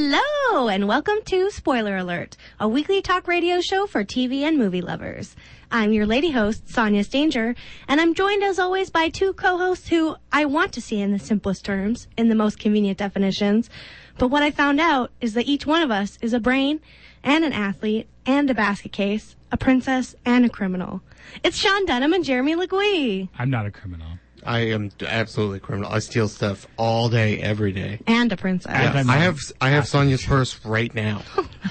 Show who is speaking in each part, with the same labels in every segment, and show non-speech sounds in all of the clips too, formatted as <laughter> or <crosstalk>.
Speaker 1: Hello, and welcome to Spoiler Alert, a weekly talk radio show for TV and movie lovers. I'm your lady host, Sonia Stanger, and I'm joined as always by two co-hosts who I want to see in the simplest terms, in the most convenient definitions. But what I found out is that each one of us is a brain and an athlete and a basket case, a princess and a criminal. It's Sean Dunham and Jeremy Legui.
Speaker 2: I'm not a criminal.
Speaker 1: <laughs>
Speaker 3: I am absolutely criminal. I steal stuff all day, every day.
Speaker 1: And a princess.
Speaker 2: Yeah. I'm
Speaker 3: I
Speaker 2: not.
Speaker 3: have I have Sonia's purse right <laughs> now.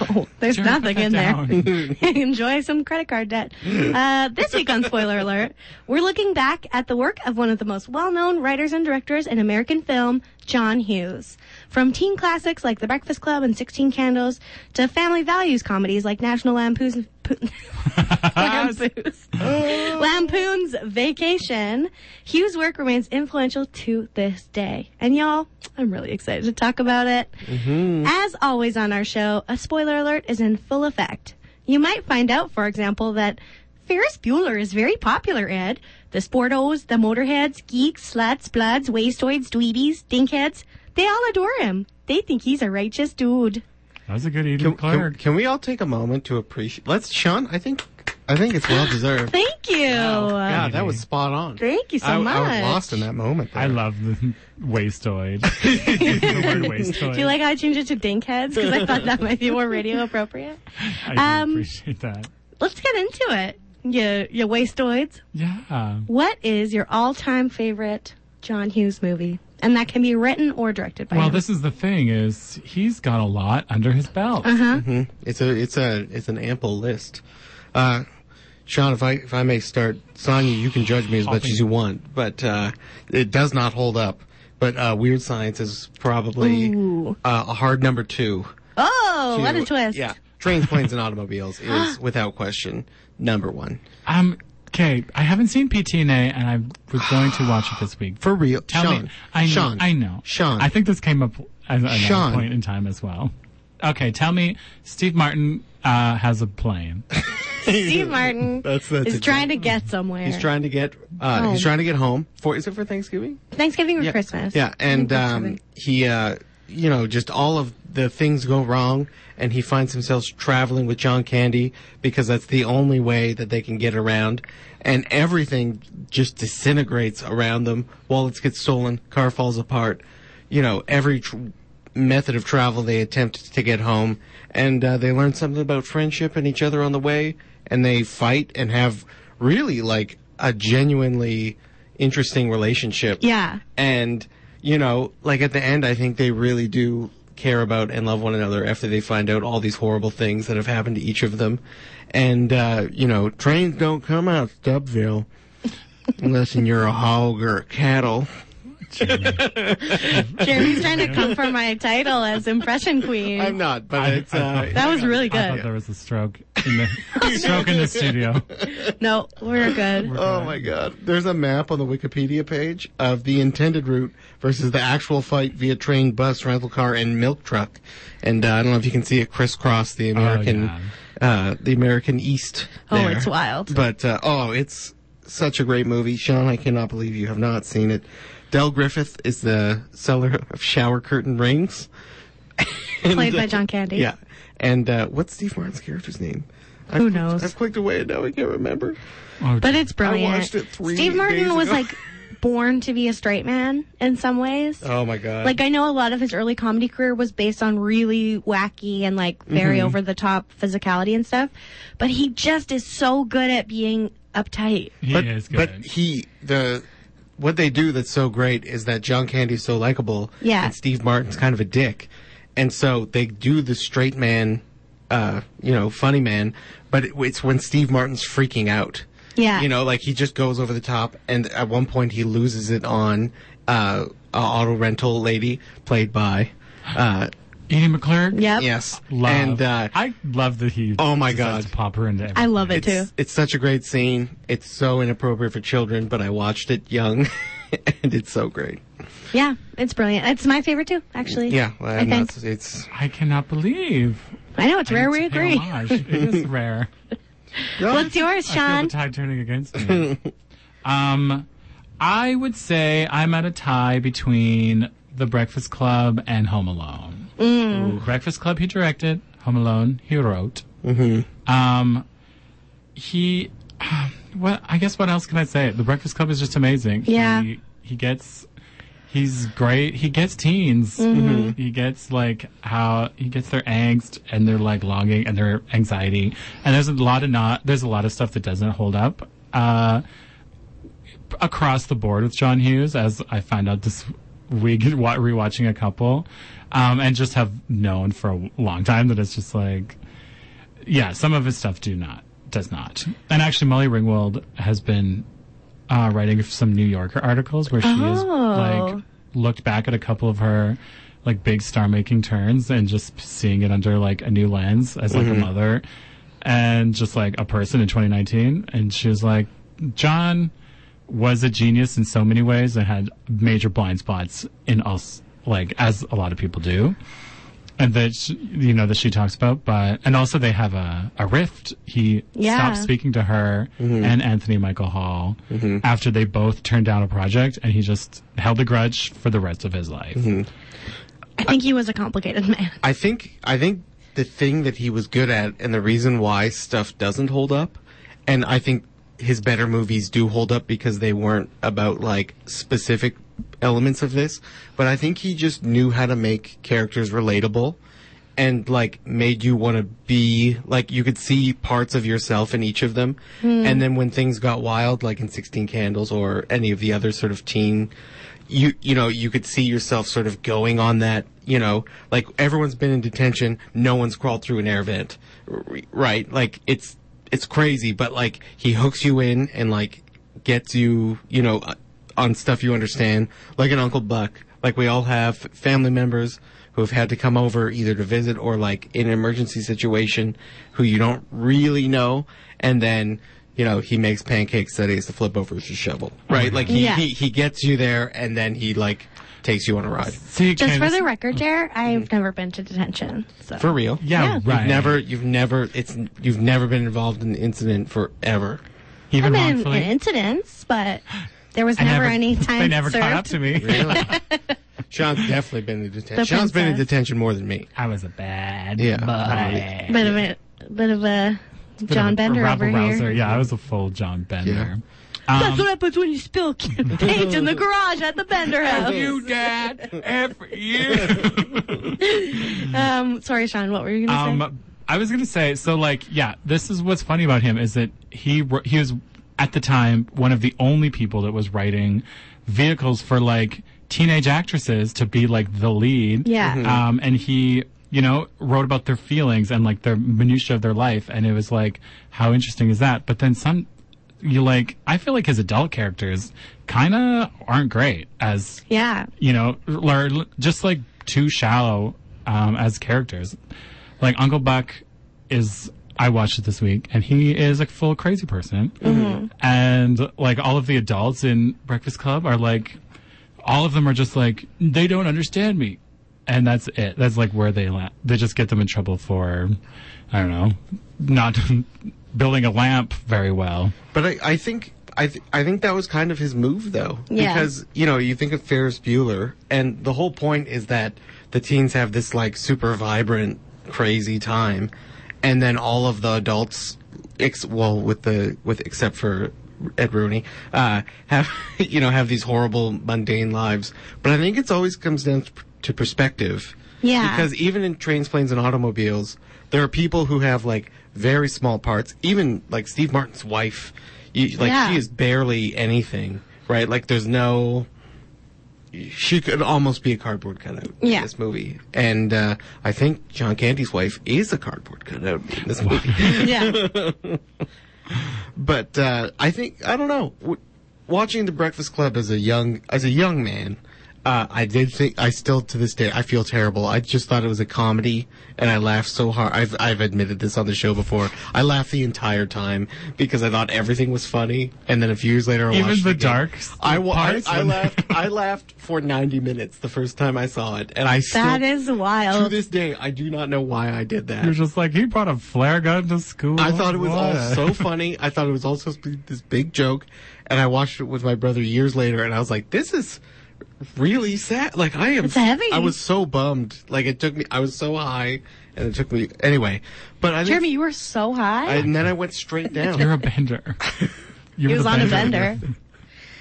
Speaker 1: Oh, there's
Speaker 2: Turn
Speaker 1: nothing
Speaker 2: that
Speaker 1: in
Speaker 2: <laughs> down.
Speaker 1: there. <laughs> Enjoy some credit card debt. Uh, this week on Spoiler Alert, we're looking back at the work of one of the most well-known writers and directors in American film, John Hughes. From teen classics like The Breakfast Club and Sixteen Candles to family values comedies like National Lampoon's, <laughs> Poo- Lampoon's, Lampoon's Vacation, Hughes' work remains influential to this day. And y'all, I'm really excited to talk about it. As always on our show, a spoiler alert is in full effect. You might find out, for example, that Ferris Bueller is very popular, Ed. The sportos, the motorheads, geeks, sluts, bloods, wastoids, dweebies, dinkheads, they all adore him. They think he's a righteous dude.
Speaker 2: That was a good Eden
Speaker 3: Can, can,
Speaker 2: Clark.
Speaker 3: can we all take a moment to appreciate? Let's, Sean. I think I think it's well deserved.
Speaker 1: Thank you.
Speaker 3: God, that was spot on.
Speaker 1: Thank you so
Speaker 3: I,
Speaker 1: much.
Speaker 3: I was lost in that moment.
Speaker 2: I
Speaker 3: there.
Speaker 2: love the
Speaker 3: <laughs>
Speaker 2: wastoid. <laughs> the word wastoid.
Speaker 1: Do you like how I changed it to dinkheads? Because I thought that might be more radio appropriate.
Speaker 2: I do
Speaker 1: um,
Speaker 2: appreciate that.
Speaker 1: Let's get into it. You, you wastoids.
Speaker 2: Yeah.
Speaker 1: What is your all-time favorite John Hughes movie? And that can be written or directed by
Speaker 2: Well,
Speaker 1: him.
Speaker 2: this is the thing is he's got a lot under his belt.
Speaker 1: Uh-huh.
Speaker 3: It's a it's a it's an ample list. Uh, Sean, if I if I may start, Sonia, you can judge me as much
Speaker 2: Hopping.
Speaker 3: as you want, but uh, it does not hold up. But uh, Weird Science is probably
Speaker 1: Ooh.
Speaker 3: uh, a hard number two.
Speaker 1: oh,
Speaker 3: to-
Speaker 1: what a twist!
Speaker 3: Yeah. Trains, planes, and automobiles is without question number one.
Speaker 2: Um. Okay, I haven't seen PTNA, and I was going to watch it this week.
Speaker 3: For real.
Speaker 2: Tell
Speaker 3: <sighs> Sean.
Speaker 2: me, I know,
Speaker 3: Sean.
Speaker 2: I know,
Speaker 3: Sean.
Speaker 2: I think this came up at another
Speaker 3: Sean.
Speaker 2: point in time as well. Okay, tell me, Steve Martin uh, has a plane.
Speaker 3: <laughs>
Speaker 1: Steve Martin
Speaker 3: That's- that's
Speaker 1: is
Speaker 3: a-
Speaker 1: trying to get somewhere.
Speaker 3: He's trying to get uh,
Speaker 1: Home.
Speaker 3: he's trying to get home for is it for Thanksgiving?
Speaker 1: Thanksgiving or
Speaker 3: Yeah.
Speaker 1: Christmas?
Speaker 3: Yeah, and
Speaker 1: I think
Speaker 3: um,
Speaker 1: Thanksgiving.
Speaker 3: he uh, you know just all of the things go wrong, and he finds himself traveling with John Candy because that's the only way that they can get around, and everything just disintegrates around them. Wallets get stolen, car falls apart. You know every tr- method of travel they attempt to get home, and uh, they learn something about friendship and each other on the way, and they fight and have really like a genuinely interesting relationship
Speaker 1: Yeah.
Speaker 3: and you know like at the end i think they really do care about and love one another after they find out all these horrible things that have happened to each of them and uh you know trains don't come out of stubbsville unless you're a hog or a cattle um,
Speaker 1: Jeremy's trying to come for my title as
Speaker 3: <laughs>
Speaker 1: impression queen.
Speaker 3: i'm not but
Speaker 2: I-
Speaker 3: it's
Speaker 2: I
Speaker 3: uh
Speaker 2: thought-
Speaker 1: that was really
Speaker 2: I thought
Speaker 1: good.
Speaker 2: there was a stroke in the <laughs> stroke in
Speaker 1: <laughs>
Speaker 2: the studio.
Speaker 1: No, we're good.
Speaker 3: Oh my god. There's a map on the Wikipedia page of the intended route versus the actual fight via train, bus, rental car, and milk truck. And uh, I don't know if you can see it crisscross the American
Speaker 2: yeah.
Speaker 3: uh, the American East.
Speaker 1: Oh,
Speaker 3: there.
Speaker 1: it's wild.
Speaker 3: But uh, oh, it's such a great movie. Sean, I cannot believe you have not seen it. Del Griffith is the seller of shower curtain rings. <laughs> uh,
Speaker 1: Played by John Candy.
Speaker 3: Yeah. And uh, what's Steve Martin's character's name? I've
Speaker 1: Who
Speaker 3: clicked-
Speaker 1: knows?
Speaker 3: I've clicked away and now I can't remember.
Speaker 2: Oh,
Speaker 1: But it's brilliant.
Speaker 3: I watched it three
Speaker 1: Steve Martin
Speaker 3: days
Speaker 1: was
Speaker 3: ago.
Speaker 1: like born to be a straight man in some ways.
Speaker 3: Oh my god.
Speaker 1: Like I know a lot of his early comedy career was based on really wacky and like very
Speaker 3: Mm-hmm.
Speaker 1: over the top physicality and stuff, but he just is so good at being uptight.
Speaker 2: he
Speaker 3: but,
Speaker 2: is good.
Speaker 3: but he the what they do that's so great is that John Candy's so likable,
Speaker 1: Yeah.
Speaker 3: and Steve Martin's kind of a dick, and so they do the straight man, uh, you know, funny man, but it, it's when Steve Martin's freaking out,
Speaker 1: Yeah.
Speaker 3: you know, like he just goes over the top, and at one point he loses it on uh, a auto rental lady played by, uh,
Speaker 2: Edie McClurg.
Speaker 1: Yep.
Speaker 3: yes,
Speaker 2: Love.
Speaker 3: and uh,
Speaker 2: I love that he.
Speaker 3: Oh my
Speaker 2: decides
Speaker 3: God.
Speaker 2: To pop her into. Everything.
Speaker 1: I love it too.
Speaker 3: It's, it's such a great scene. It's so inappropriate for children, but I watched it young, <laughs> and it's so great.
Speaker 1: Yeah, it's brilliant. It's my favorite too, actually.
Speaker 3: Yeah, well,
Speaker 1: I
Speaker 3: I'm
Speaker 1: think.
Speaker 3: not, it's
Speaker 2: I cannot believe.
Speaker 1: I know it's
Speaker 2: I
Speaker 1: rare.
Speaker 2: need
Speaker 1: We
Speaker 2: to pay
Speaker 1: agree.
Speaker 2: homage.
Speaker 1: <laughs>
Speaker 2: it is rare.
Speaker 1: What's yours,
Speaker 2: I feel
Speaker 1: Sean?
Speaker 2: the tide turning against me. um, I would say I'm at a tie between The Breakfast Club and Home Alone.
Speaker 1: Mm.
Speaker 2: Breakfast Club he directed, Home Alone he wrote. Mm-hmm. Um, he, <sighs> what I guess what else can I say? The Breakfast Club is just amazing.
Speaker 1: Yeah.
Speaker 2: he, he gets. He's great. He gets teens. He gets like how he gets their angst and their like longing and their anxiety. And there's a lot of not. There's a lot of stuff that doesn't hold up. Uh, across the board with John Hughes, as I found out this week <laughs> wa- rewatching a couple, um, and just have known for a long time that it's just like, yeah, some of his stuff do not does not. And actually, Molly Ringwald has been uh, writing some New Yorker articles where she has
Speaker 1: Oh.
Speaker 2: like looked back at a couple of her like big star making turns and just seeing it under like a new lens as like a mother and just like a person in 2019 and she was like john was a genius in so many ways and had major blind spots in us like as a lot of people do and that sh you know that she talks about but and also they have a, a rift he
Speaker 1: Yeah.
Speaker 2: stopped speaking to her
Speaker 3: Mm-hmm.
Speaker 2: and anthony michael hall after they both turned down a project and he just held a grudge for the rest of his life
Speaker 3: Mm-hmm.
Speaker 1: I think he was a complicated
Speaker 2: <laughs>
Speaker 1: man.
Speaker 3: I think I think the thing that he was good at and the reason why stuff doesn't hold up and I think his better movies do hold up because they weren't about like specific elements of this, but I think he just knew how to make characters relatable and like made you want to be like you could see parts of yourself in each of them and then when things got wild like in 16 candles or any of the other sort of teen you you know you could see yourself sort of going on that you know like everyone's been in detention no one's crawled through an air vent r- right like it's it's crazy but like he hooks you in and like gets you you know uh, on stuff you understand like an uncle buck like we all have family members who have had to come over either to visit or like in an emergency situation who you don't really know and then you know he makes pancakes that he has to flip over with his shovel right like he,
Speaker 1: Yeah.
Speaker 3: he he gets you there and then he like takes you on a ride
Speaker 2: see
Speaker 1: Just for
Speaker 2: Candace-
Speaker 1: the record, Jer,
Speaker 2: Mm-hmm.
Speaker 1: I've never been to detention. So.
Speaker 3: for real
Speaker 2: yeah,
Speaker 1: Yeah.
Speaker 2: right
Speaker 3: you've never you've never it's you've never been involved in an incident forever
Speaker 2: even
Speaker 1: I've been in,
Speaker 2: wrongfully
Speaker 1: in incidents, but there was
Speaker 2: I
Speaker 1: never, any time
Speaker 2: <laughs> they never
Speaker 1: served.
Speaker 2: caught up to me
Speaker 3: really sean's definitely been in detention
Speaker 1: The
Speaker 3: sean's been in
Speaker 1: princess.
Speaker 3: detention more than me
Speaker 2: <laughs> I was a bad
Speaker 3: Yeah.
Speaker 2: boy.
Speaker 1: Bit of a bit of a John Bender
Speaker 2: rabble
Speaker 1: over
Speaker 2: rouser.
Speaker 1: here.
Speaker 2: Yeah, I was a full John Bender. Um,
Speaker 1: That's what happens when you spill <laughs> paint in the garage at the Bender house.
Speaker 2: dad, F
Speaker 1: <laughs>
Speaker 2: you.
Speaker 1: Um, sorry, Sean. What were you gonna say?
Speaker 2: Um, I was gonna say so. Like, yeah, this is what's funny about him is that he wr- he was at the time one of the only people that was writing vehicles for like teenage actresses to be like the lead.
Speaker 1: Yeah. Mhm.
Speaker 2: Um, and he. You know, wrote about their feelings and like their minutia of their life, and it was like, how interesting is that? But then some, you like, I feel like his adult characters kind of aren't great as
Speaker 1: Yeah.
Speaker 2: you know, or l- just like too shallow um, as characters. Like Uncle Buck is. I watched it this week, and he is a full crazy person. And like all of the adults in Breakfast Club are like, all of them are just like they don't understand me, and that's it. That's like where they la- they just get them in trouble for, I don't know, not <laughs> building a lamp very well.
Speaker 3: But I, I think I, th- I think that was kind of his move though,
Speaker 1: Yeah.
Speaker 3: because you know you think of Ferris Bueller, and the whole point is that the teens have this like super vibrant, crazy time, and then all of the adults, ex- well, with the with except for Ed Rooney, uh, have <laughs> you know have these horrible mundane lives. But I think it's always comes down to- to perspective.
Speaker 1: Yeah.
Speaker 3: Because even in trains, planes, and automobiles, there are people who have like very small parts. Even like Steve Martin's wife, you, like
Speaker 1: Yeah.
Speaker 3: she is barely anything, right? Like there's no. She could almost be a cardboard cutout
Speaker 1: Yeah.
Speaker 3: in this movie, and uh, I think John Candy's wife is a cardboard cutout in this movie. <laughs>
Speaker 1: Yeah.
Speaker 3: but uh, I think I don't know. W- watching The Breakfast Club as a young as a young man, uh, I did think I still to this day I feel terrible. I just thought it was a comedy, and I laughed so hard. I've I've admitted this on the show before. I laughed the entire time because I thought everything was funny, and then a few years later, I
Speaker 2: Even
Speaker 3: watched
Speaker 2: the
Speaker 3: it again.
Speaker 2: dark
Speaker 3: I, wa- I,
Speaker 2: parts
Speaker 3: I
Speaker 2: when- <laughs>
Speaker 3: laughed. I laughed for ninety minutes the first time I saw it, and I
Speaker 1: that
Speaker 3: still
Speaker 1: is
Speaker 3: to
Speaker 1: wild.
Speaker 3: this day I do not know why I did that.
Speaker 2: You're just like he brought a flare gun to school.
Speaker 3: I thought it was all
Speaker 2: What?
Speaker 3: so funny. I thought it was also supposed to be this big joke, and I watched it with my brother years later, and I was like, "This is really sad. Like I am.
Speaker 1: It's heavy.
Speaker 3: I was so bummed. Like it took me. I was so high, and it took me anyway. But I think-
Speaker 1: Jeremy, you were so high.
Speaker 3: I- and then I
Speaker 1: <laughs>
Speaker 3: went straight
Speaker 2: You're
Speaker 3: down.
Speaker 2: a bender. You're
Speaker 1: he
Speaker 2: the
Speaker 1: was on a
Speaker 2: bender.
Speaker 1: bender.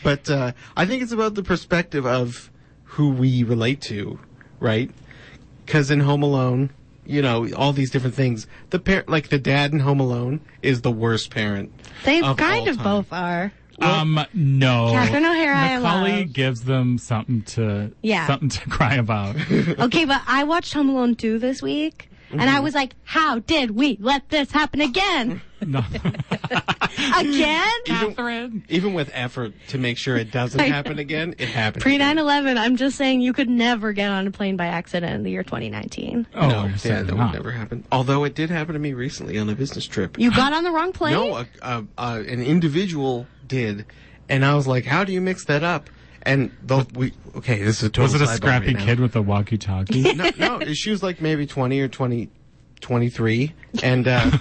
Speaker 3: but uh, I think it's about the perspective of who we relate to, right? Because in Home Alone, you know, all these different things. The par- like the dad in Home Alone is the worst parent.
Speaker 1: They
Speaker 3: Of
Speaker 1: kind
Speaker 3: all
Speaker 1: of
Speaker 3: time.
Speaker 1: both are.
Speaker 3: <laughs>
Speaker 2: Um, no.
Speaker 1: Catherine O'Hara, I
Speaker 2: Macaulay
Speaker 1: love.
Speaker 2: gives them something to
Speaker 1: Yeah.
Speaker 2: something to cry about.
Speaker 1: Okay, but I watched Home Alone 2 this week, and
Speaker 3: Mm-hmm.
Speaker 1: I was like, how did we let this happen again?
Speaker 2: no.
Speaker 1: Again?
Speaker 2: Catherine.
Speaker 3: Even with effort to make sure it doesn't
Speaker 1: I know.
Speaker 3: happen again, it happens.
Speaker 1: Pre 9 11, I'm just saying you could never get on a plane by accident in the year 2019.
Speaker 2: Oh,
Speaker 3: no,
Speaker 2: you're
Speaker 3: yeah,
Speaker 2: saying
Speaker 3: that would
Speaker 2: not.
Speaker 3: never happen. Although it did happen to me recently on a business trip.
Speaker 1: You got on the wrong plane?
Speaker 3: No, a, a, a, an individual did, and I was like, "How do you mix that up?" And the, we okay, this is a total
Speaker 2: Was it a
Speaker 3: sidebar
Speaker 2: scrappy
Speaker 3: right now.
Speaker 2: kid with
Speaker 1: <laughs>
Speaker 2: a walkie-talkie?
Speaker 3: No, no, she was like maybe twenty or twenty, twenty-three, and uh,
Speaker 1: <laughs>
Speaker 3: <laughs>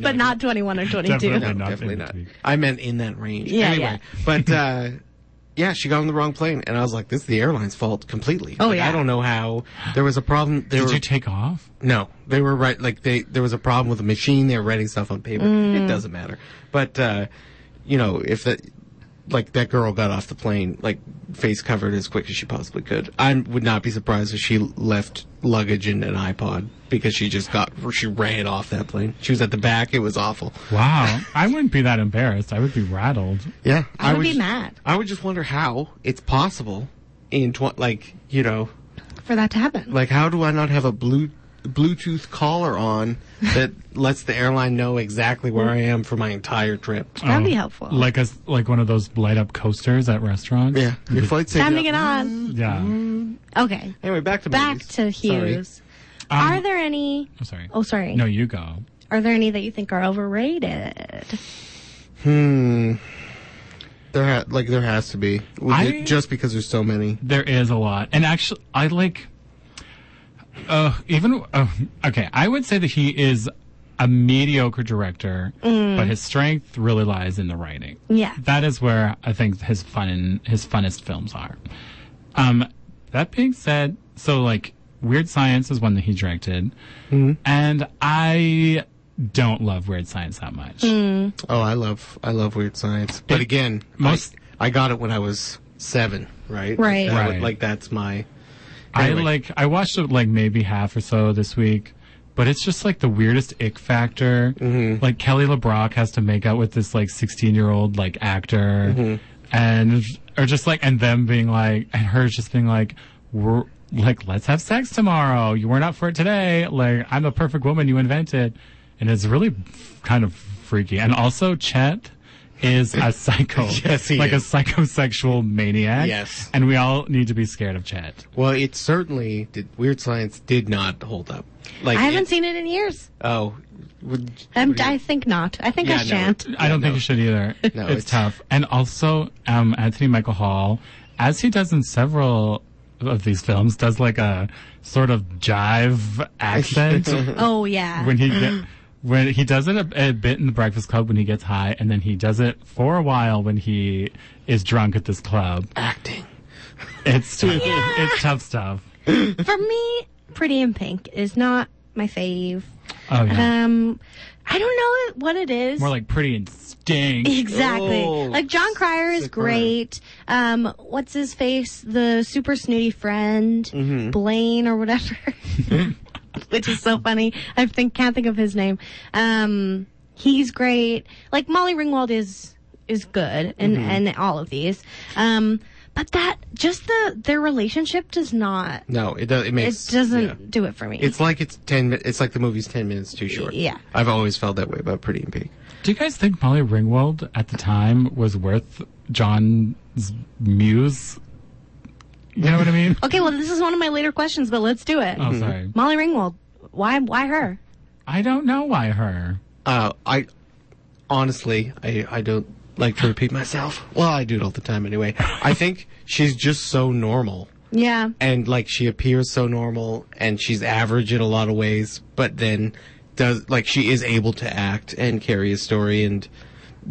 Speaker 1: but not 21 or 22.
Speaker 2: Definitely.
Speaker 3: no,
Speaker 2: not
Speaker 3: definitely
Speaker 2: in
Speaker 3: not.
Speaker 2: between.
Speaker 3: I meant in that range.
Speaker 1: Yeah,
Speaker 3: anyway,
Speaker 1: yeah.
Speaker 3: but uh, <laughs> yeah, she got on the wrong plane, and I was like, "This is the airline's fault completely."
Speaker 1: Oh,
Speaker 3: Like,
Speaker 1: yeah.
Speaker 3: I don't know how there was a problem. There
Speaker 2: Did
Speaker 3: were,
Speaker 2: you take off?
Speaker 3: No, they were right. Like they, there was a problem with the machine. They were writing stuff on paper.
Speaker 1: Mm.
Speaker 3: It doesn't matter. But uh, you know, if that, like that girl got off the plane, like face covered as quick as she possibly could. I would not be surprised if she left luggage and an iPod because she just got she ran off that plane. She was at the back. It was awful.
Speaker 2: Wow. I wouldn't be that embarrassed. I would be rattled.
Speaker 3: Yeah,
Speaker 1: I would be
Speaker 3: just-
Speaker 1: mad.
Speaker 3: I would just wonder how it's possible in tw- like you know
Speaker 1: For that to happen.
Speaker 3: like how do I not have a blue Bluetooth collar <laughs> on that lets the airline know exactly where I am for my entire trip?
Speaker 1: That'd be
Speaker 2: Oh,
Speaker 1: helpful.
Speaker 2: Like a s- like one of those light up coasters at restaurants.
Speaker 3: Yeah, your flight's
Speaker 1: Time to get on.
Speaker 2: Yeah.
Speaker 1: Mm. Okay.
Speaker 3: Anyway, back to
Speaker 1: Back
Speaker 3: movies.
Speaker 1: to
Speaker 3: Sorry. Um,
Speaker 1: Hughes. are there any.
Speaker 2: I'm sorry.
Speaker 1: Oh, sorry.
Speaker 2: No, you go.
Speaker 1: Are there any that you think are overrated?
Speaker 3: There, ha- like there has to be,
Speaker 2: I-
Speaker 3: just because there's so many.
Speaker 2: There is a lot, and actually, I like. Uh, even uh, okay, I would say that he is a mediocre director, but his strength really lies in the writing.
Speaker 1: Yeah.
Speaker 2: that is where I think his fun his funnest films are. Um, that being said, so like Weird Science is one that he directed, and I don't love Weird Science that much.
Speaker 3: Oh, I love, I love Weird Science. But
Speaker 2: It-
Speaker 3: again,
Speaker 2: most-
Speaker 3: I, I got it when I was seven, right?
Speaker 1: Right.
Speaker 3: That would-
Speaker 2: Right.
Speaker 3: Like that's my.
Speaker 2: I
Speaker 3: Anyway.
Speaker 2: like I watched it like maybe half or so this week, but it's just like the weirdest ick factor.
Speaker 3: Mm-hmm.
Speaker 2: Like Kelly LeBrock has to make out with this like sixteen year old like actor,
Speaker 3: Mm-hmm.
Speaker 2: and or just like and them being like and her just being like we're like let's have sex tomorrow. You weren't up for it today. Like I'm the perfect woman you invented, and it's really kind of freaky. And also Chet. Is
Speaker 3: <laughs>
Speaker 2: a psycho,
Speaker 3: Yes, he
Speaker 2: like
Speaker 3: is.
Speaker 2: a psychosexual maniac.
Speaker 3: Yes.
Speaker 2: and we all need to be scared of Chet.
Speaker 3: Well, it certainly did. Weird Science did not hold up. Like
Speaker 1: I haven't
Speaker 3: it-
Speaker 1: seen it in years.
Speaker 3: Oh, would,
Speaker 1: I'm,
Speaker 3: would you-
Speaker 1: Um, I think not. I think
Speaker 3: Yeah,
Speaker 1: I
Speaker 3: no.
Speaker 1: shan't.
Speaker 2: I don't
Speaker 3: Yeah,
Speaker 2: think
Speaker 3: no.
Speaker 2: you should either.
Speaker 3: No,
Speaker 2: it's,
Speaker 3: it's-
Speaker 2: tough. And also, um, Anthony Michael Hall, as he does in several of these films, does like a sort of jive accent
Speaker 1: Oh yeah.
Speaker 2: when he get, when he does it a, a bit in the Breakfast Club when he gets high, and then he does it for a while when he is drunk at this club.
Speaker 3: acting.
Speaker 2: It's tough. It's tough stuff.
Speaker 1: For me, Pretty in Pink is not my fave.
Speaker 2: Oh yeah,
Speaker 1: Um, I don't know what it is.
Speaker 2: more like pretty and stink.
Speaker 1: exactly.
Speaker 3: Oh,
Speaker 1: like John Cryer is
Speaker 3: sick burn.
Speaker 1: great. Um, what's his face? The super snooty friend,
Speaker 3: Mm-hmm.
Speaker 1: Blaine or whatever, <laughs> which is so funny. I think can't think of his name. Um, he's great. Like Molly Ringwald is is good, and
Speaker 3: Mm-hmm.
Speaker 1: and all of these. Um, but that just the their relationship does not.
Speaker 3: No, it does. It
Speaker 1: It
Speaker 3: makes
Speaker 1: doesn't
Speaker 3: yeah.
Speaker 1: do it for me.
Speaker 3: It's like it's ten. mi- It's like the movie's ten minutes too short.
Speaker 1: Yeah.
Speaker 3: I've always felt that way about Pretty in Pink.
Speaker 2: Do you guys think Molly Ringwald at the time was worth John's muse? You know what
Speaker 1: <laughs>
Speaker 2: I mean?
Speaker 1: Okay, well, this is one of my later questions, but let's do it.
Speaker 2: Oh, sorry.
Speaker 1: Molly Ringwald, why why her?
Speaker 2: I don't know why her.
Speaker 3: Uh, I honestly, I I don't like to repeat myself. Well, I do it all the time anyway. I think she's just so normal,
Speaker 1: Yeah,
Speaker 3: and like she appears so normal, and she's average in a lot of ways, but then does like she is able to act and carry a story and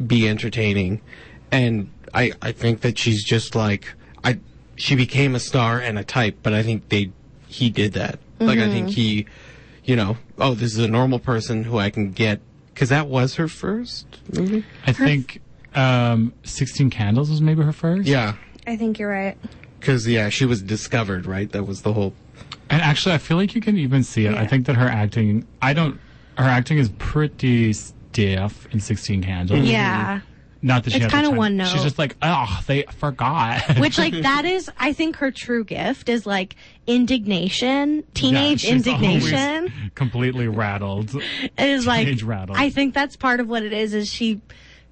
Speaker 3: be entertaining, and I I think that she's just like I. she became a star and a type, but I think they he did that. Like I think he, you know, oh, this is a normal person who I can get because that was her first movie.
Speaker 2: I think um, 16 Candles was maybe her first.
Speaker 3: Yeah,
Speaker 1: I think you're right.
Speaker 3: because yeah, she was discovered, right? That was the whole. <laughs>
Speaker 2: And actually, I feel like you can even see it. I
Speaker 1: Yeah.
Speaker 2: think that her acting, I don't, her acting is pretty stiff in 16 Candles. Mm-hmm.
Speaker 1: Yeah.
Speaker 2: Not that she
Speaker 1: It's
Speaker 2: had
Speaker 1: kinda
Speaker 2: the time-
Speaker 1: one note.
Speaker 2: She's just like, oh, they forgot.
Speaker 1: Which like that is I think her true gift is like indignation, teenage
Speaker 2: <laughs> Yeah, she's
Speaker 1: indignation.
Speaker 2: always completely rattled.
Speaker 1: is like
Speaker 2: Teenage rattle.
Speaker 1: I think that's part of what it is is she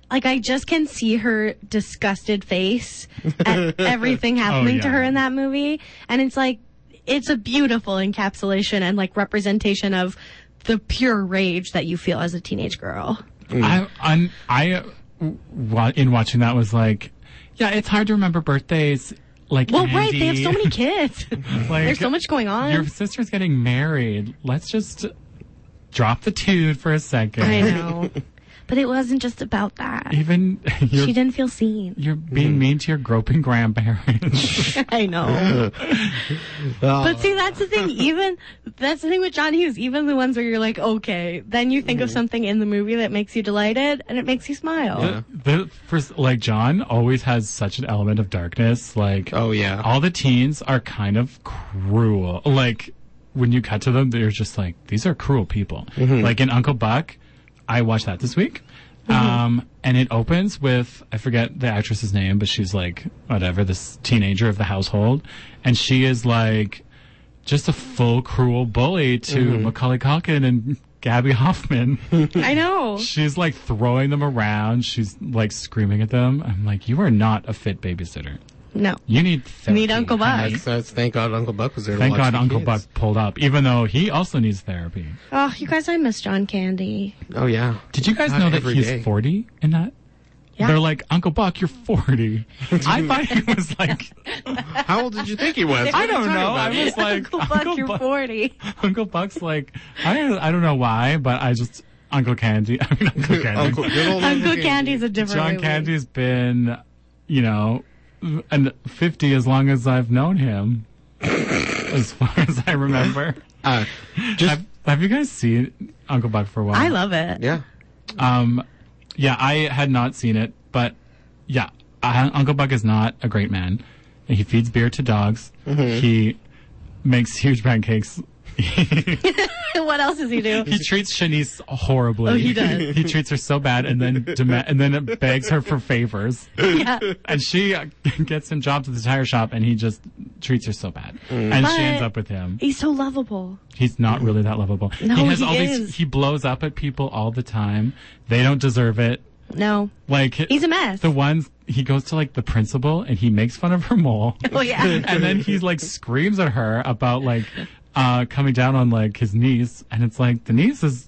Speaker 1: like I just can see her disgusted face
Speaker 2: <laughs>
Speaker 1: at everything happening to
Speaker 2: Oh, yeah.
Speaker 1: her in that movie and it's like it's a beautiful encapsulation and like representation of the pure rage that you feel as a teenage girl.
Speaker 2: I, I'm, I, uh, w- wa- in watching that was like, yeah, it's hard to remember birthdays. Like,
Speaker 1: Well,
Speaker 2: Andy.
Speaker 1: right, they have so
Speaker 2: <laughs>
Speaker 1: many kids.
Speaker 2: like,
Speaker 1: There's so much going on.
Speaker 2: Your sister's getting married. Let's just drop the tude for a second. <laughs>
Speaker 1: I know. But it wasn't just about that.
Speaker 2: Even your
Speaker 1: She didn't Hmm. feel seen.
Speaker 2: You're being mean to your groping grandparents.
Speaker 1: <laughs> I <laughs> know.
Speaker 3: Oh,
Speaker 1: But see, that's the thing. Even that's the thing with John Hughes. Even the ones where you're like, okay, then you think of something in the movie that makes you delighted and it makes you smile.
Speaker 2: the, the first, like John always has such an element of darkness. Like,
Speaker 3: oh yeah.
Speaker 2: all the teens are kind of cruel. Like when you cut to them, they're just like these are cruel people.
Speaker 3: Mm-hmm.
Speaker 2: Like in Uncle Buck, I watched that this week. Um, and it opens with I forget the actress's name, but she's like whatever this teenager of the household, and she is like just a full cruel bully to
Speaker 3: Mm-hmm.
Speaker 2: Macaulay Culkin and Gabby Hoffman.
Speaker 1: I know.
Speaker 2: she's like throwing them around. She's like screaming at them. I'm like, you are not a fit babysitter.
Speaker 1: <laughs> No.
Speaker 2: You need therapy.
Speaker 1: Need Uncle Buck.
Speaker 3: That's, that's thank God Uncle Buck was there. to
Speaker 2: Thank
Speaker 3: watch
Speaker 2: God
Speaker 3: the
Speaker 2: Uncle
Speaker 3: kids.
Speaker 2: Buck pulled up, even though he also needs therapy.
Speaker 1: Oh, you guys, I miss John Candy.
Speaker 3: Oh yeah.
Speaker 2: Did you guys
Speaker 3: Not
Speaker 2: know that
Speaker 3: every
Speaker 2: he's
Speaker 3: day.
Speaker 2: 40 in that?
Speaker 1: Yeah.
Speaker 2: They're like, Uncle Buck, you're
Speaker 3: <laughs>
Speaker 2: 40. I thought he was like, <laughs>
Speaker 3: How old did you think he was?
Speaker 2: I don't know. I
Speaker 3: about
Speaker 1: <laughs>
Speaker 2: was like,
Speaker 1: Uncle Buck, you're
Speaker 2: Buck-
Speaker 1: 40.
Speaker 2: Uncle Buck's like, I, I don't know why, but I just, Uncle Candy, <laughs> I mean, Uncle Candy.
Speaker 3: <laughs> Uncle, good
Speaker 1: <laughs>
Speaker 3: old
Speaker 1: Uncle Candy's a different
Speaker 2: John
Speaker 1: movie.
Speaker 2: Candy's been, you know, and 50 as long as I've
Speaker 1: <laughs>
Speaker 2: known him, as far as I remember.
Speaker 3: Uh, just
Speaker 2: Have, have you guys seen Uncle Buck for a while?
Speaker 1: I love it.
Speaker 3: yeah.
Speaker 2: Um, yeah, I had not seen it, but yeah, uh, Uncle Buck is not a great man. He feeds beer to dogs.
Speaker 1: Mm-hmm.
Speaker 2: He makes huge pancakes.
Speaker 1: <laughs>
Speaker 2: <laughs>
Speaker 1: what else does he do?
Speaker 2: He treats Shanice horribly.
Speaker 1: Oh, he does.
Speaker 2: he treats her so bad, and then dema- and then begs her for favors,
Speaker 1: <laughs> yeah.
Speaker 2: and she uh, <laughs> gets him jobs at the tire shop, and he just treats her so bad, and
Speaker 1: Mm. But-
Speaker 2: she ends up with him.
Speaker 1: He's so lovable.
Speaker 2: He's not really that
Speaker 1: <laughs>
Speaker 2: lovable. he has
Speaker 1: he
Speaker 2: all
Speaker 1: is.
Speaker 2: these. He blows up at people all the time. They don't deserve it.
Speaker 1: No.
Speaker 2: Like
Speaker 1: He's a mess.
Speaker 2: the ones he goes to like the principal and he makes fun of
Speaker 1: <laughs>
Speaker 2: her mole
Speaker 1: Oh, yeah.
Speaker 2: and then he like screams at her about like uh coming down on like his niece and it's like the niece is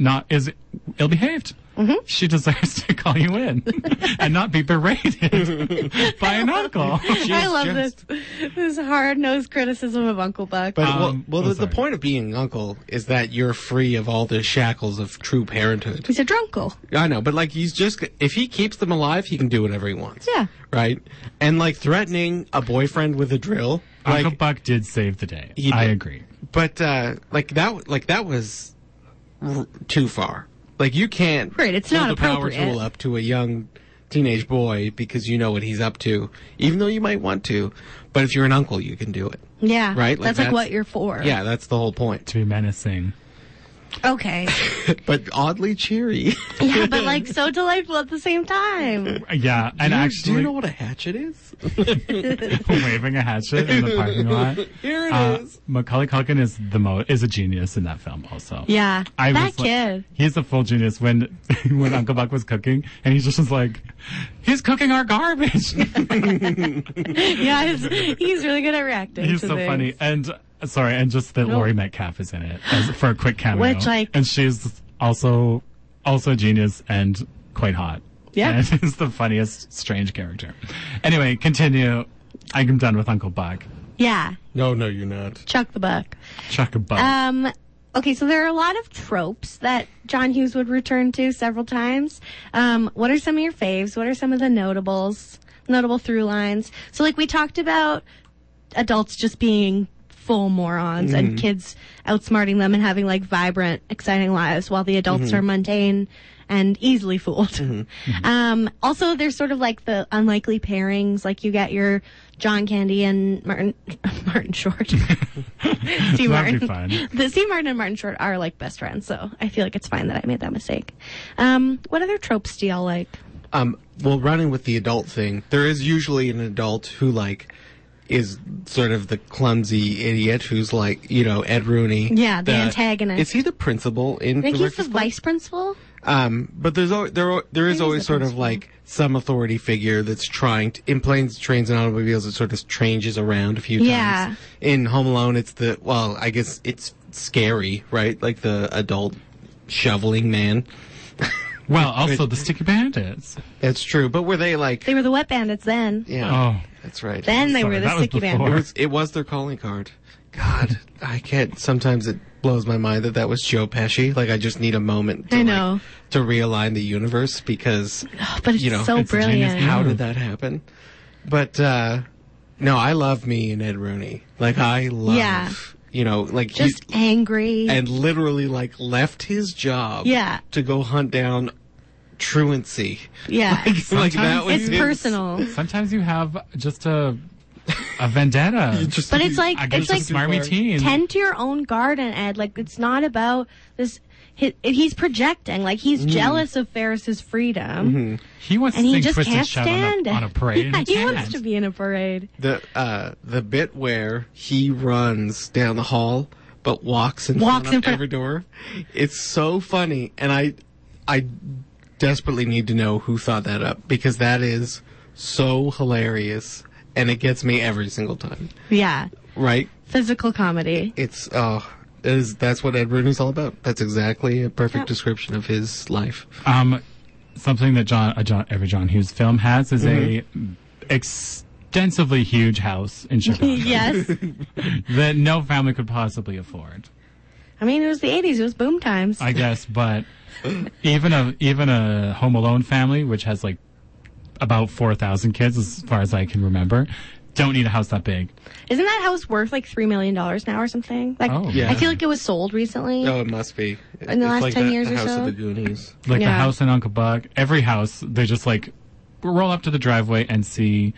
Speaker 2: not is ill behaved
Speaker 3: Mm-hmm.
Speaker 2: she deserves to call you in <laughs> and not be
Speaker 3: <laughs>
Speaker 2: berated by an uncle
Speaker 1: I love
Speaker 3: just-
Speaker 1: this. This hard nosed criticism of Uncle Buck.
Speaker 3: But
Speaker 2: Um,
Speaker 3: well,
Speaker 2: oh,
Speaker 3: well the, the
Speaker 2: sorry.
Speaker 3: point of being uncle is that you're free of all the shackles of true parenthood.
Speaker 1: He's a drunkle.
Speaker 3: I know, but like he's just if he keeps them alive, he can do whatever he wants.
Speaker 1: Yeah.
Speaker 3: Right? And like threatening a boyfriend with a drill,
Speaker 2: uncle
Speaker 3: like
Speaker 2: buck did save the day
Speaker 3: He
Speaker 2: i
Speaker 3: did.
Speaker 2: agree
Speaker 3: but uh like that like that was r- too far. Like you can't
Speaker 1: Right, it's
Speaker 3: pull
Speaker 1: not
Speaker 3: the power
Speaker 1: appropriate.
Speaker 3: tool up to a young teenage boy because you know what he's up to, even though you might want to, but if you're an uncle, you can do it.
Speaker 1: Yeah.
Speaker 3: Right, like
Speaker 1: that's, like
Speaker 3: that's-
Speaker 1: what you're for.
Speaker 3: Yeah, that's the whole point.
Speaker 2: to be menacing
Speaker 1: Okay.
Speaker 3: <laughs> But oddly cheery. <laughs>
Speaker 1: Yeah, but like so delightful at the same time.
Speaker 2: yeah and
Speaker 3: Do you-
Speaker 2: actually <laughs>
Speaker 3: do you know what a hatchet is?
Speaker 2: waving a hatchet in the parking lot
Speaker 3: <laughs> <laughs> Here it is.
Speaker 2: uh, Macaulay Culkin is the mo is a genius in that film also.
Speaker 1: Yeah.
Speaker 2: I
Speaker 1: that
Speaker 2: was like-
Speaker 1: kid.
Speaker 2: he's a full genius. When <laughs> when Uncle Buck was cooking, and he just was like, he's cooking
Speaker 1: <laughs>
Speaker 2: our garbage.
Speaker 1: yeah, he's, he's really good at reacting.
Speaker 2: he's
Speaker 1: to
Speaker 2: so
Speaker 1: things.
Speaker 2: funny. And uh, sorry, and just that Laurie Metcalf is in it as, for a quick cameo,
Speaker 1: Which, like-
Speaker 2: and she's also also a genius and quite hot.
Speaker 1: Yeah.
Speaker 2: <laughs> and it's the funniest strange character. Anyway, continue. I'm done with Uncle Buck.
Speaker 1: Yeah.
Speaker 3: No, no, you're not.
Speaker 1: Chuck the Buck.
Speaker 2: Chuck a buck.
Speaker 1: Um, okay, so there are a lot of tropes that John Hughes would return to several times. Um, what are some of your faves? What are some of the notables, notable through lines? So, like, we talked about adults just being full morons
Speaker 2: Mm-hmm.
Speaker 1: and kids outsmarting them and having like vibrant, exciting lives while the adults
Speaker 2: Mm-hmm.
Speaker 1: are mundane and easily fooled. <laughs> Um, also, there's sort of like the unlikely pairings. Like you get your John Candy and Martin <laughs> Martin
Speaker 2: <laughs>
Speaker 1: Short. <laughs> Steve
Speaker 2: That'd
Speaker 1: Martin.
Speaker 2: be fun.
Speaker 1: The Steve Martin and Martin Short are like best friends, so I feel like it's fine that I made that mistake. Um, what other tropes do y'all like?
Speaker 3: Um, well, running with the adult thing, there is usually an adult who like is sort of the clumsy idiot who's like, you know, Ed Rooney.
Speaker 1: Yeah, the antagonist.
Speaker 3: Is he the principal in?
Speaker 1: I think he's the
Speaker 3: Director's Club?
Speaker 1: vice principal.
Speaker 3: Um, but there's al- there al- there
Speaker 1: He's
Speaker 3: is
Speaker 1: the
Speaker 3: always sort of
Speaker 1: principal.
Speaker 3: like some authority figure that's trying to in planes, trains, and automobiles. It sort of changes around a few
Speaker 1: Yeah.
Speaker 3: times. In Home Alone, it's the well, I guess it's scary, right? Like the adult shoveling man.
Speaker 2: Well, also the Sticky Bandits.
Speaker 3: That's true. But were they like?
Speaker 1: They were the wet bandits then.
Speaker 3: yeah,
Speaker 2: Oh,
Speaker 3: that's right.
Speaker 1: Then they
Speaker 2: Sorry,
Speaker 1: were
Speaker 2: that
Speaker 1: the
Speaker 2: was
Speaker 1: sticky
Speaker 2: before.
Speaker 3: It
Speaker 1: bandits.
Speaker 3: was, it was their calling card. God, I can't. Sometimes it blows my mind that that was Joe Pesci. Like I just need a moment. To
Speaker 1: I
Speaker 3: like,
Speaker 1: know.
Speaker 3: to realign the universe because
Speaker 1: Oh, but it's
Speaker 3: you know,
Speaker 1: so
Speaker 2: it's a genius
Speaker 1: brilliant.
Speaker 3: how
Speaker 2: Mm.
Speaker 3: did that happen? But uh no, I love me and Ed Rooney. Like I love,
Speaker 1: Yeah.
Speaker 3: you know, like he-
Speaker 1: Just angry.
Speaker 3: and literally like left his job,
Speaker 1: Yeah.
Speaker 3: to go hunt down truancy.
Speaker 2: <laughs>
Speaker 1: yeah.
Speaker 3: like that
Speaker 2: Sometimes
Speaker 3: was
Speaker 1: it's
Speaker 3: his-
Speaker 1: personal.
Speaker 2: sometimes you have just a a vendetta.
Speaker 3: Just-
Speaker 1: But it's like
Speaker 2: I guess
Speaker 1: it's like
Speaker 2: some smarmy teen.
Speaker 1: tend to your own garden, Ed. Like it's not about this. He, he's projecting. Like he's
Speaker 2: Mm-hmm.
Speaker 1: jealous of Ferris's freedom,
Speaker 2: he wants
Speaker 1: and
Speaker 2: to
Speaker 1: he
Speaker 2: sing
Speaker 1: just
Speaker 2: Twist
Speaker 1: can't
Speaker 2: and Shout on
Speaker 1: stand
Speaker 2: a,
Speaker 1: it. <laughs>
Speaker 2: on a parade.
Speaker 1: Yeah,
Speaker 2: and
Speaker 1: he
Speaker 2: can't.
Speaker 1: wants to be in a parade.
Speaker 3: the uh the bit where he runs down the hall but walks in
Speaker 1: Walks
Speaker 3: front of
Speaker 1: in front-
Speaker 3: every door. It's so funny, and I I desperately need to know who thought that up because that is so hilarious, and it gets me every single time.
Speaker 1: Yeah,
Speaker 3: Right?
Speaker 1: physical
Speaker 2: <laughs>
Speaker 1: comedy.
Speaker 3: It's oh. It is, that's what Ed Rooney's all about. That's exactly a perfect
Speaker 1: Yep.
Speaker 3: description of his life.
Speaker 2: Um, something that John, a John, every John Hughes film has is a extensively huge house
Speaker 1: <laughs>
Speaker 2: in Chicago
Speaker 1: yes,
Speaker 2: that no family could possibly afford,
Speaker 1: I mean it was the '80s. It was boom times.
Speaker 2: I guess. But even a even a Home Alone family, which has like about four thousand kids, as far as I can remember, don't need a house that big.
Speaker 1: Isn't that house worth like three million dollars now or something? Like
Speaker 2: Oh.
Speaker 3: Yeah.
Speaker 1: I feel like it was sold recently.
Speaker 3: Oh, it must be. In
Speaker 1: the last 10 years or
Speaker 3: House
Speaker 1: so?
Speaker 3: of the Goonies.
Speaker 2: Like the
Speaker 1: Yeah.
Speaker 2: house in Uncle Buck, every house they just like roll up to the driveway and see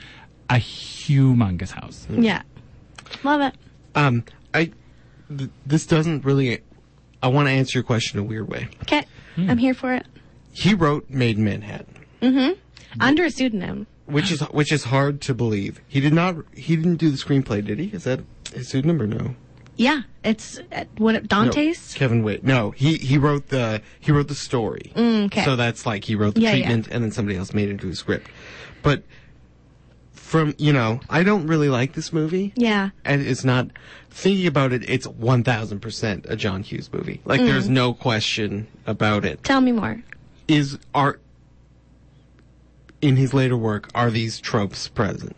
Speaker 2: a humongous house.
Speaker 1: Yeah, love it.
Speaker 3: Um, I, th- this doesn't really, I want to answer your question in a weird way.
Speaker 1: Okay,
Speaker 3: Hmm.
Speaker 1: I'm here for it.
Speaker 3: he wrote Made in Manhattan,
Speaker 1: Under a pseudonym.
Speaker 3: which is which is hard to believe. He did not. He didn't do the screenplay, did he? Is that his pseudonym or no?
Speaker 1: Yeah, it's uh, what
Speaker 3: No,
Speaker 1: Dante's.
Speaker 3: Kevin Wait. No, he he wrote the he wrote the story.
Speaker 1: Mm, okay.
Speaker 3: So that's like he wrote the
Speaker 1: Yeah, yeah.
Speaker 3: treatment, and then somebody else made it into a script. But from you know, I don't really like this movie.
Speaker 1: Yeah,
Speaker 3: and it's not thinking about it. It's one thousand percent a John Hughes movie. Like
Speaker 1: Mm.
Speaker 3: there's no question about it.
Speaker 1: tell me more.
Speaker 3: is are in his later work are these tropes present?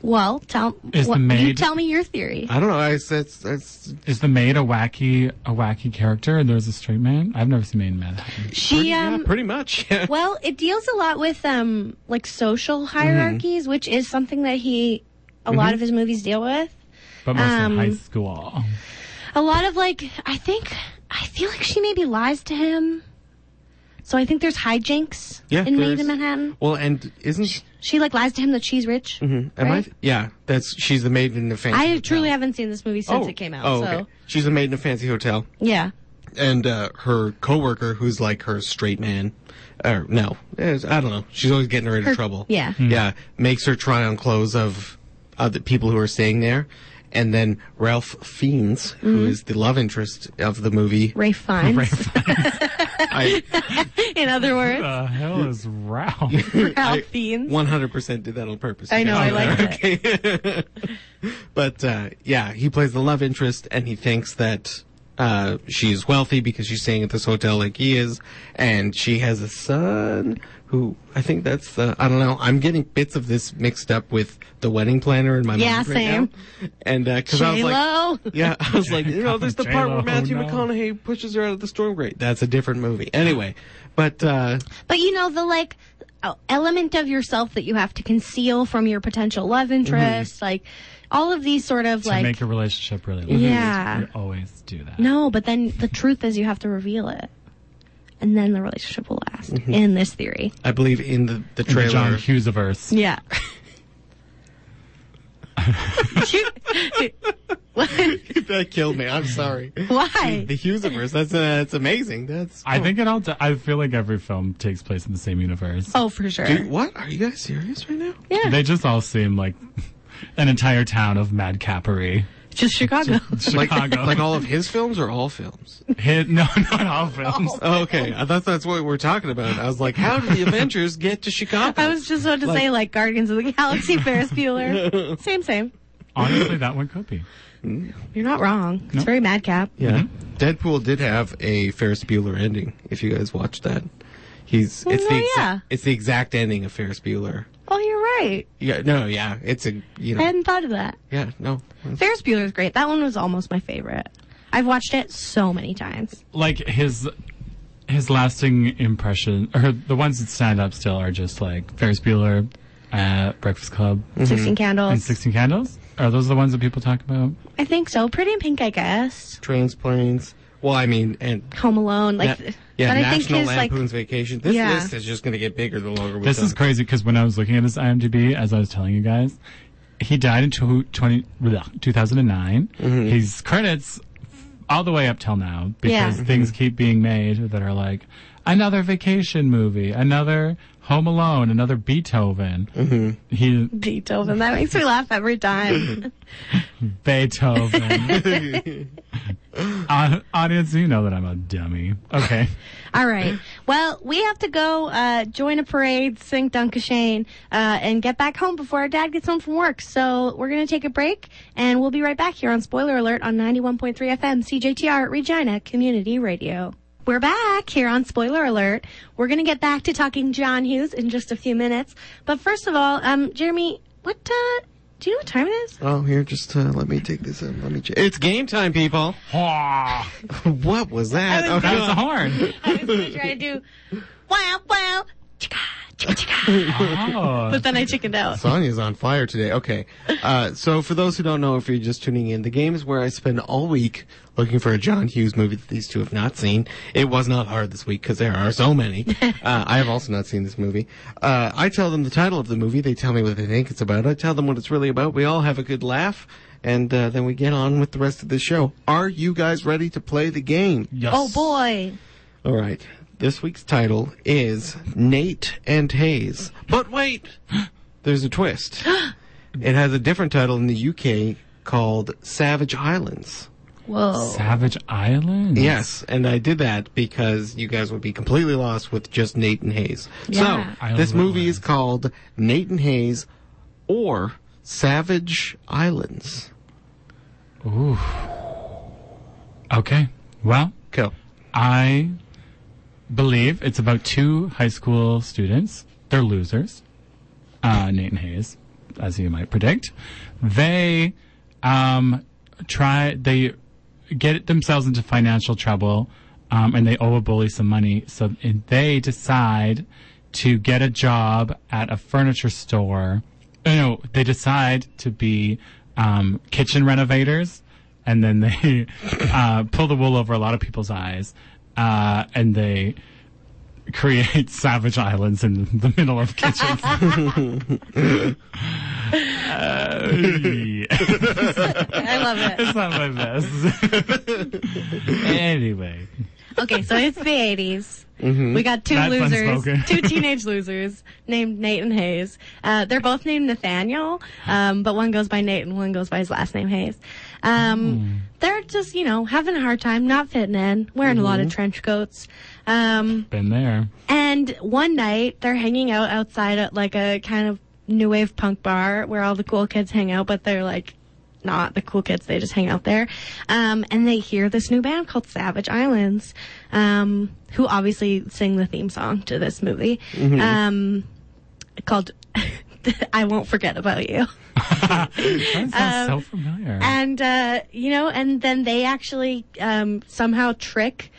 Speaker 1: Well, tell
Speaker 2: Is the
Speaker 1: what- you
Speaker 2: maid-
Speaker 1: tell me your theory.
Speaker 3: I don't know. I that's that's
Speaker 2: Is the maid a wacky a wacky character? And there's a straight man. I've never seen Maid in Manhattan.
Speaker 1: She
Speaker 3: yeah,
Speaker 1: um
Speaker 3: pretty much. <laughs> Yeah.
Speaker 1: well, it deals a lot with um like social
Speaker 3: Mm-hmm.
Speaker 1: hierarchies, which is something that he a lot of his movies deal with.
Speaker 2: But mostly
Speaker 1: Um, <laughs>
Speaker 2: high school.
Speaker 1: A lot of like I think I feel like she maybe lies to him. So I think there's hijinks
Speaker 3: Yeah,
Speaker 1: in Made
Speaker 3: there's-
Speaker 1: in Manhattan.
Speaker 3: Well, and isn't
Speaker 1: She like lies to him that she's rich.
Speaker 3: Mm-hmm. am I?
Speaker 1: Right?
Speaker 3: Yeah, that's she's the maid in the fancy.
Speaker 1: I
Speaker 3: hotel.
Speaker 1: truly haven't seen this movie since
Speaker 3: Oh,
Speaker 1: it came out.
Speaker 3: Oh,
Speaker 1: so
Speaker 3: okay. she's the maid in a fancy hotel,
Speaker 1: yeah.
Speaker 3: and uh, her coworker, who's like her straight man, or no, is- I don't know. She's always getting her into
Speaker 1: Her-
Speaker 3: trouble.
Speaker 1: yeah.
Speaker 3: yeah, makes her try on clothes of other people who are staying there. And then Ralph Fiennes, who
Speaker 1: Mm-hmm.
Speaker 3: is the love interest of the
Speaker 1: <laughs>
Speaker 3: movie,
Speaker 1: Ray
Speaker 2: <laughs>
Speaker 1: Fiennes, <laughs>
Speaker 3: I
Speaker 1: in other words.
Speaker 2: the hell is Ralph?
Speaker 1: Ralph Fiennes.
Speaker 3: one hundred percent did that on purpose.
Speaker 1: I know, I
Speaker 3: Okay.
Speaker 1: liked it.
Speaker 3: <laughs> okay. <laughs> but uh, yeah, he plays the love interest, and he thinks that uh, she's wealthy because she's staying at this hotel like he is, and she has a son who I think that's the I don't know. I'm getting bits of this mixed up with the wedding planner in my
Speaker 1: Yeah,
Speaker 3: mind right
Speaker 1: same.
Speaker 3: now. And because I was like.
Speaker 1: J-Lo.
Speaker 3: Yeah, I was like, you know, there's the part where
Speaker 2: J-Lo,
Speaker 3: Matthew
Speaker 2: no.
Speaker 3: McConaughey pushes her out of the storm grate. That's a different movie. Anyway, but uh
Speaker 1: But you know, the like uh, element of yourself that you have to conceal from your potential love interest, like all of these sort of
Speaker 2: to
Speaker 1: like
Speaker 2: make a relationship really last.
Speaker 1: Yeah.
Speaker 2: You always do that.
Speaker 1: No, but then the truth is you have to reveal it. And then the relationship will last in this theory.
Speaker 3: I believe in the, the
Speaker 2: In the
Speaker 3: trailer.
Speaker 2: John Hughesaverse.
Speaker 1: Yeah. <laughs> Shoot. <laughs> What?
Speaker 3: that killed me. I'm sorry.
Speaker 1: Why?
Speaker 3: The Hughesaverse. That's uh, that's amazing. That's
Speaker 2: I think it all. do- I feel like every film takes place in the same universe.
Speaker 1: Oh, for sure.
Speaker 3: Dude, what are you guys serious right now?
Speaker 1: yeah.
Speaker 2: They just all seem like <laughs> an entire town of madcapery.
Speaker 1: just Chicago.
Speaker 3: Like
Speaker 2: Chicago.
Speaker 3: like all of his films or all films?
Speaker 2: Hit, no, <laughs> not all films.
Speaker 3: Oh, okay, I thought that's what we were talking about. I was like, how did the Avengers get to Chicago?
Speaker 1: I was just about to say like Guardians of the Galaxy,
Speaker 3: <laughs>
Speaker 1: Ferris Bueller. same, same.
Speaker 2: Honestly, that one could be.
Speaker 1: You're not wrong. It's
Speaker 2: No.
Speaker 1: very madcap.
Speaker 3: Yeah. Mm-hmm. Deadpool did have a Ferris Bueller ending. If you guys watched that, he's it's the
Speaker 1: Oh,
Speaker 3: exa-
Speaker 1: yeah.
Speaker 3: it's the exact ending of Ferris Bueller.
Speaker 1: Oh, you're right.
Speaker 3: Yeah, no, yeah, it's a you know,
Speaker 1: I hadn't thought of that.
Speaker 3: yeah, no,
Speaker 1: Ferris Bueller's great. That one was almost my favorite. I've watched it so many times.
Speaker 2: Like his his lasting impression, or the ones that stand up still, are just like Ferris Bueller, uh, Breakfast Club,
Speaker 3: Mm-hmm.
Speaker 1: Sixteen
Speaker 2: and
Speaker 1: Candles.
Speaker 2: Sixteen Candles. Are those the ones that people talk about?
Speaker 1: I think so. Pretty in Pink, I guess.
Speaker 3: trains, planes. Well, I mean, and
Speaker 1: Home Alone. Like,
Speaker 3: yeah, yeah,
Speaker 1: but I think
Speaker 3: National
Speaker 1: his like
Speaker 3: Lampoon's Vacation. This
Speaker 1: Yeah.
Speaker 3: list is just going to get bigger the longer we.
Speaker 2: This
Speaker 3: talk.
Speaker 2: is crazy because when I was looking at his IMDb, as I was telling you guys, he died in two- 20, bleh, 2009. His credits all the way up till now because
Speaker 1: Yeah.
Speaker 2: things keep being made that are like another vacation movie, another Home Alone, another Beethoven. Mm-hmm. He
Speaker 1: Beethoven. That makes me laugh every
Speaker 3: <laughs>
Speaker 1: time.
Speaker 2: Beethoven. Au- audience, you know that I'm a dummy. Okay.
Speaker 1: All right. Well, we have to go uh, join a parade, sing Dunkashane, uh, and get back home before our dad gets home from work. So we're going to take a break, and we'll be right back here on Spoiler Alert on 91.3 FM CJTR Regina Community Radio. We're back here on Spoiler Alert. We're going to get back to talking John Hughes in just a few minutes. But first of all, um, Jeremy, what uh, do you know what time it is?
Speaker 3: Oh, here, just uh, let me take this in. Let me check. It's game time, people.
Speaker 2: Ah,
Speaker 3: what was that?
Speaker 1: I was
Speaker 2: that was a horn.
Speaker 1: <laughs> I was going to try to do wow, wow, chicka, chicka, chicka,
Speaker 2: Oh.
Speaker 1: but then I chickened out.
Speaker 3: Sonya's on fire today. Okay. Uh, so for those who don't know, if you're just tuning in, the game is where I spend all week looking for a John Hughes movie that these two have not seen. It was not hard this week because there are so
Speaker 1: <laughs>
Speaker 3: many. uh, I have also not seen this movie. Uh, I tell them the title of the movie. They tell me what they think it's about. I tell them what it's really about. We all have a good laugh. And uh, then we get on with the rest of the show. Are you guys ready to play the game?
Speaker 2: Yes.
Speaker 1: Oh boy.
Speaker 3: All right. This week's title is Nate and Hayes. But wait, <gasps> there's
Speaker 1: <gasps>
Speaker 3: a twist. It has a different title in the UK called Savage Islands.
Speaker 1: Whoa.
Speaker 2: Savage Island.
Speaker 3: Yes, and I did that because you guys would be completely lost with just Nate and Hayes.
Speaker 1: Yeah.
Speaker 3: So,
Speaker 2: Island
Speaker 3: this
Speaker 2: of
Speaker 3: movie
Speaker 2: Iron.
Speaker 3: is called Nate and Hayes or Savage Islands.
Speaker 2: Ooh. Okay. Well,
Speaker 3: Go.
Speaker 2: I believe it's about two high school students. They're losers. Uh, Nate and Hayes, as you might predict. They um, try. They get themselves into financial trouble, um, and they owe a bully some money. So and they decide to get a job at a furniture store. Oh, No, they decide to be um, kitchen renovators, and then they <laughs> uh, pull the wool over a lot of people's eyes, uh, and they create <laughs> savage islands in the middle of kitchens. Uh, yeah.
Speaker 1: I love it.
Speaker 2: It's not my best.
Speaker 1: <laughs>
Speaker 2: anyway,
Speaker 1: Okay, so it's the 80s. We got two
Speaker 2: That's
Speaker 1: losers,
Speaker 2: unspoken.
Speaker 1: <laughs> two teenage losers named Nate and Hayes. Uh, they're both named Nathaniel, um, but one goes by Nate and one goes by his last name Hayes. Um, They're just, you know, having a hard time, not fitting in, wearing a lot of trench coats. Um,
Speaker 2: been there.
Speaker 1: And one night they're hanging out outside at like a kind of new wave punk bar where all the cool kids hang out, but they're like not the cool kids. They just hang out there. Um, and they hear this new band called Savage Islands, um, who obviously sing the theme song to this movie, um, called <laughs> I Won't Forget About You.
Speaker 2: That
Speaker 1: Um,
Speaker 2: sounds so familiar.
Speaker 1: And uh, you know, and then they actually um, somehow trick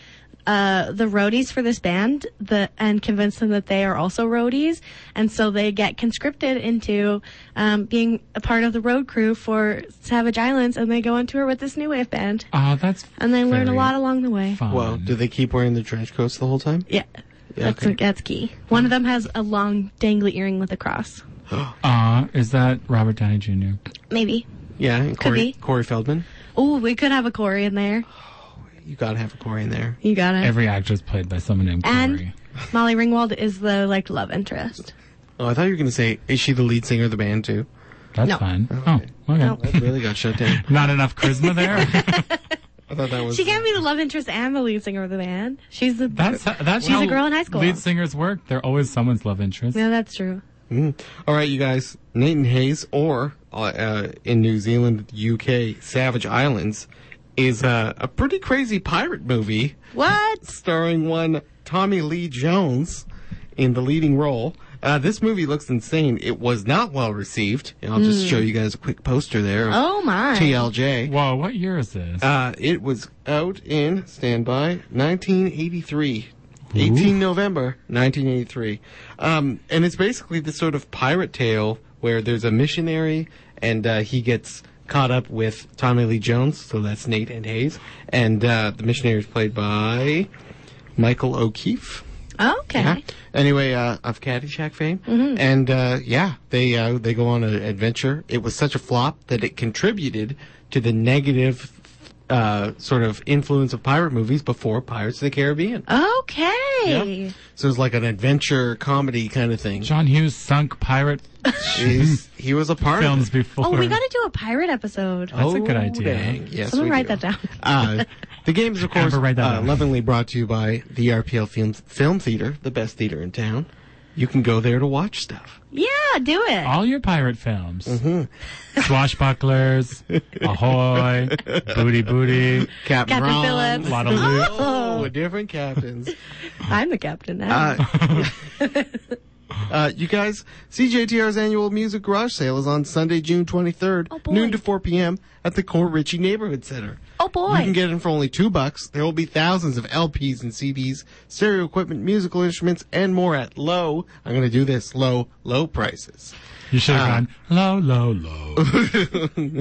Speaker 1: uh, the roadies for this band the, and convince them that they are also roadies. And so they get conscripted into um, being a part of the road crew for Savage Islands and they go on tour with this new wave band.
Speaker 2: Oh, that's
Speaker 1: And they learn a
Speaker 2: very
Speaker 1: lot along the way.
Speaker 2: Fun.
Speaker 3: Well, do they keep wearing the trench coats the whole time?
Speaker 1: Yeah. That's,
Speaker 3: okay.
Speaker 1: that's key. One of them has a long, dangly earring with a cross.
Speaker 2: uh, is that Robert Downey Jr.?
Speaker 1: Maybe.
Speaker 3: Yeah, and Corey,
Speaker 1: be.
Speaker 3: Corey Feldman.
Speaker 1: Oh, we could have a Corey in there.
Speaker 3: You gotta have a Corey in there.
Speaker 1: You got it.
Speaker 2: Every actor is played by someone named
Speaker 1: and
Speaker 2: Corey.
Speaker 1: Molly Ringwald is the like love interest.
Speaker 3: Oh, I thought you were gonna say, is she the lead singer of the band too?
Speaker 2: That's
Speaker 1: no.
Speaker 2: fine. Oh, okay.
Speaker 1: No.
Speaker 3: That really got shut down.
Speaker 2: Not enough charisma
Speaker 1: <laughs>
Speaker 2: there.
Speaker 3: <laughs> I thought that was.
Speaker 1: She can't be the love interest and the lead singer of the band. She's the
Speaker 2: That's that's
Speaker 1: She's
Speaker 2: how
Speaker 1: a girl in high school.
Speaker 2: Lead singers work. They're always someone's love interest.
Speaker 1: no, that's true.
Speaker 3: Mm. All right, you guys. Nathan Hayes, or uh, uh, in New Zealand, UK, Savage Islands, is uh, a pretty crazy pirate movie
Speaker 1: What?
Speaker 3: starring one Tommy Lee Jones in the leading role. Uh, this movie looks insane. It was not well received. And I'll just show you guys a quick poster there. Of
Speaker 1: Hmm. Oh my!
Speaker 3: TLJ.
Speaker 2: Whoa, what year is this?
Speaker 3: Uh, it was out in standby 1983. 18 November 1983. Um, and it's basically this sort of pirate tale where there's a missionary and uh, he gets caught up with Tommy Lee Jones, so that's Nate and Hayes. And uh, the missionary is played by Michael O'Keefe.
Speaker 1: Okay. Mm-hmm.
Speaker 3: Yeah. Anyway, uh, of Caddyshack fame, and uh, yeah, they uh, they go on an adventure. It was such a flop that it contributed to the negative uh, sort of influence of pirate movies before Pirates of the Caribbean.
Speaker 1: Okay.
Speaker 3: Yeah. So it's like an adventure comedy kind of thing.
Speaker 2: John Hughes sunk pirate
Speaker 3: He's- he was a part of
Speaker 2: films
Speaker 3: it.
Speaker 2: before.
Speaker 1: Oh, we got to do a pirate episode.
Speaker 2: That's a good
Speaker 3: Oh,
Speaker 2: idea.
Speaker 3: dang. Yes,
Speaker 1: Someone
Speaker 3: we
Speaker 1: write
Speaker 3: do.
Speaker 1: that down.
Speaker 3: <laughs> Uh, the game is, of course,
Speaker 2: Amber, write that
Speaker 3: uh,
Speaker 2: down.
Speaker 3: lovingly brought to you by the RPL Film, Film Theater, the best theater in town. You can go there to watch stuff.
Speaker 1: Yeah, do it.
Speaker 2: all your pirate films. Swashbucklers, Ahoy, Booty Booty.
Speaker 3: Captain,
Speaker 1: Captain
Speaker 3: Ron,
Speaker 1: Phillips.
Speaker 2: Lot of loot.
Speaker 3: Oh, different captains.
Speaker 1: I'm the captain now.
Speaker 3: <laughs> Uh, uh, you guys, CJTR's annual music garage sale is on Sunday, June 23rd,
Speaker 1: Oh, boy.
Speaker 3: noon to 4 p.m. at the Core Ritchie Neighborhood Center.
Speaker 1: oh boy.
Speaker 3: You can get in for only two bucks. There will be thousands of LPs and CDs, stereo equipment, musical instruments, and more at low. I'm going to do this low, low prices.
Speaker 2: You should have gone low, low, low.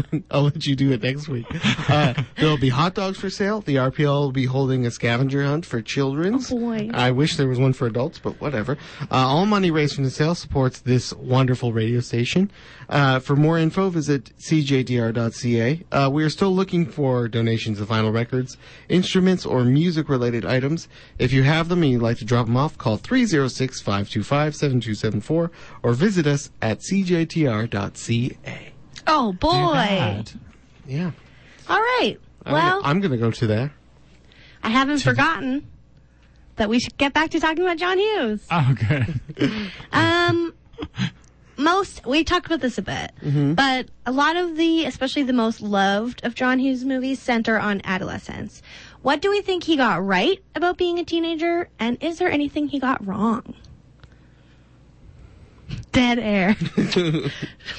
Speaker 3: <laughs> I'll let you do it next week. Uh, there'll be hot dogs for sale. The RPL will be holding a scavenger hunt for children's.
Speaker 1: Oh, boy.
Speaker 3: I wish there was one for adults, but whatever. Uh, all money raised from the sale supports this wonderful radio station. Uh, for more info, visit cjdr.ca. Uh, we are still looking for donations of vinyl records, instruments, or music-related items. If you have them and you'd like to drop them off, call 306-525-7274 or visit us at cjtr.ca.
Speaker 1: oh boy.
Speaker 2: God.
Speaker 3: Yeah.
Speaker 1: All right.
Speaker 3: I'm
Speaker 1: Well,
Speaker 3: gonna- I'm going to go to that.
Speaker 1: I haven't forgotten that we should get back to talking about John Hughes.
Speaker 2: Oh, good.
Speaker 1: Um, most we talked about this a bit, but a lot of the, especially the most loved of John Hughes movies, center on adolescence. What do we think he got right about being a teenager, and is there anything he got wrong? Dead air.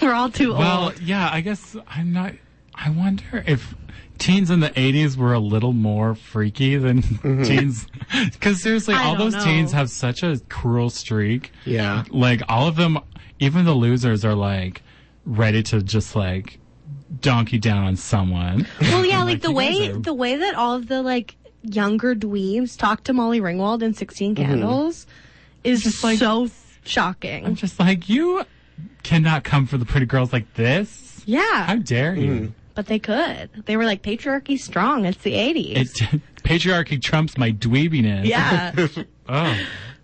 Speaker 1: We're all too
Speaker 2: Well,
Speaker 1: old.
Speaker 2: yeah, I guess I'm not. I wonder if teens in the 80s were a little more freaky than teens. Because seriously,
Speaker 1: I
Speaker 2: all
Speaker 1: don't
Speaker 2: those teens
Speaker 1: know.
Speaker 2: have such a cruel streak.
Speaker 3: Yeah.
Speaker 2: Like, all of them, even the losers, are like ready to just like donkey down on someone.
Speaker 1: Well, yeah, like
Speaker 2: Like,
Speaker 1: the
Speaker 2: you guys
Speaker 1: way
Speaker 2: are-
Speaker 1: the way that all of the like younger dweebs talk to Molly Ringwald in Sixteen Candles is just
Speaker 2: like-
Speaker 1: so shocking.
Speaker 2: I'm just like, you cannot come for the pretty girls like this.
Speaker 1: yeah.
Speaker 2: How dare you?
Speaker 1: But they could. They were like patriarchy strong. It's the 80s.
Speaker 2: It, <laughs> patriarchy trumps my dweebiness.
Speaker 1: yeah.
Speaker 2: Oh.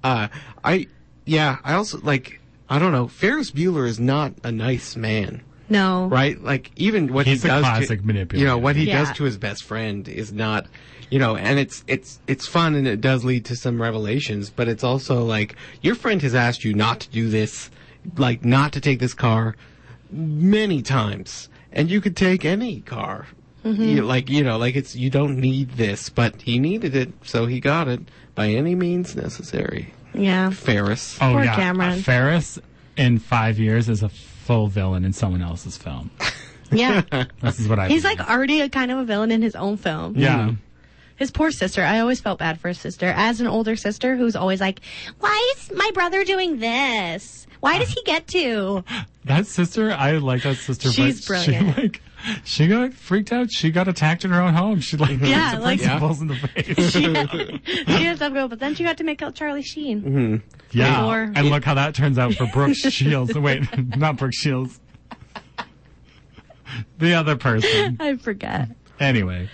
Speaker 3: Uh, I, yeah, I also, like, I don't know, Ferris Bueller is not a nice man,
Speaker 1: <laughs> no.
Speaker 3: right? Like, even what
Speaker 2: He's
Speaker 3: he
Speaker 2: a
Speaker 3: does
Speaker 2: classic
Speaker 3: to,
Speaker 2: manipulator.
Speaker 3: You know, what he
Speaker 1: Yeah.
Speaker 3: does to his best friend is not, you know, and it's, it's, it's fun and it does lead to some revelations, but it's also like, your friend has asked you not to do this, like, not to take this car many times, and you could take any car. You- like you know, like it's you don't need this, but he needed it, so he got it by any means necessary.
Speaker 1: Yeah.
Speaker 3: Ferris.
Speaker 2: Oh
Speaker 1: Poor
Speaker 2: yeah,
Speaker 1: Cameron.
Speaker 2: Uh, Ferris in five years is a full villain in someone else's film.
Speaker 1: Yeah.
Speaker 2: This is what I.
Speaker 1: He's mm.
Speaker 2: believe.
Speaker 1: like already a kind of a villain in his own film.
Speaker 2: yeah.
Speaker 1: His poor sister. I always felt bad for his sister. As an older sister who's always like, why is my brother doing this? Why does he get to? <laughs>
Speaker 2: That sister, I like that sister.
Speaker 1: She's
Speaker 2: but
Speaker 1: brilliant.
Speaker 2: She like, she got freaked out. She got attacked in her own home. <laughs> She like,
Speaker 1: Yeah,
Speaker 2: hit the
Speaker 1: like-
Speaker 2: principals in the face.
Speaker 1: She had, she had stuff go, but then she got to make out Charlie Sheen.
Speaker 2: yeah,
Speaker 1: Or-
Speaker 2: and look how that turns out for Brooke <laughs> Shields. Wait, not Brooke Shields. <laughs> The other person.
Speaker 1: I forget.
Speaker 2: Anyway,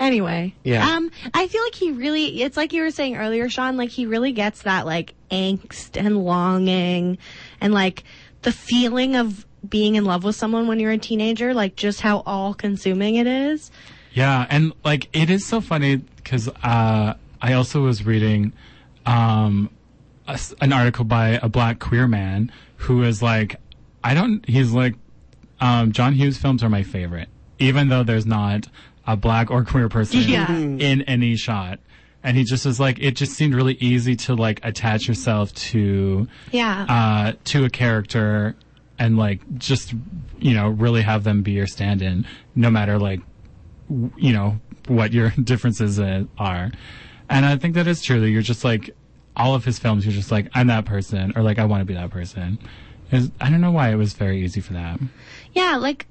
Speaker 1: Anyway.
Speaker 3: Yeah.
Speaker 1: Um, I feel like he really, it's like you were saying earlier, Sean, like he really gets that like angst and longing and like the feeling of being in love with someone when you're a teenager, like just how all consuming it is.
Speaker 2: yeah, and like it is so funny because uh, I also was reading um, a s an article by a black queer man who is like, I don't. He's like, um, John Hughes films are my favorite, even though there's not a black or queer person
Speaker 1: Yeah. Mhm.
Speaker 2: in any shot. And he just was like, it just seemed really easy to like attach yourself to,
Speaker 1: Yeah.
Speaker 2: uh, to a character, and like just you know really have them be your stand-in, no matter like w- you know what your <laughs> differences uh, are. And I think that is true. That you're just like all of his films. You're just like I'm that person, or like I want to be that person. It's- I don't know why it was very easy for that.
Speaker 1: Yeah, like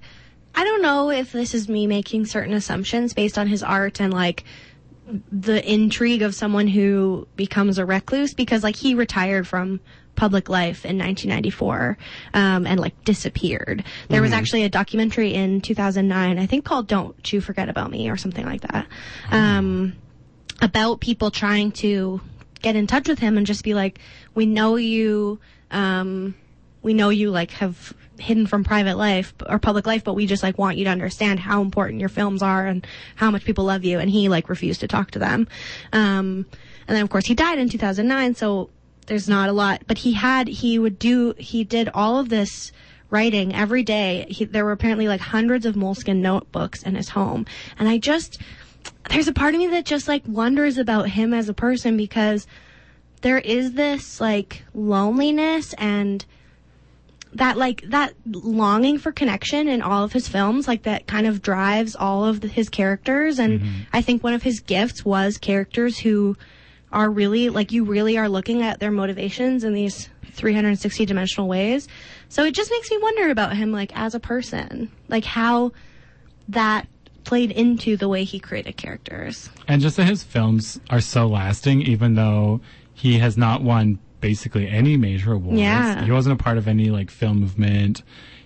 Speaker 1: I don't know if this is me making certain assumptions based on his art and like the intrigue of someone who becomes a recluse because like he retired from public life in 1994 um, and like disappeared. There was actually a documentary in 2009, I think called "Don't You Forget About Me" or something like that, um, about people trying to get in touch with him and just be like, "We know you." Um, we know you like have hidden from private life b- or public life, but we just like want you to understand how important your films are and how much people love you. And he like refused to talk to them. Um, and then of course he died in 2009. So there's not a lot, but he had, he would do, he did all of this writing every day. He, there were apparently like hundreds of moleskin notebooks in his home. And I just, there's a part of me that just like wonders about him as a person because there is this like loneliness and that like that longing for connection in all of his films like that kind of drives all of the, his characters and
Speaker 3: Mm-hmm.
Speaker 1: i think one of his gifts was characters who are really like you really are looking at their motivations in these 360 dimensional ways so it just makes me wonder about him like as a person like how that played into the way he created characters
Speaker 2: And just that his films are so lasting, even though he has not won basically any major awards.
Speaker 1: Yeah.
Speaker 2: He wasn't a part of any like film movement.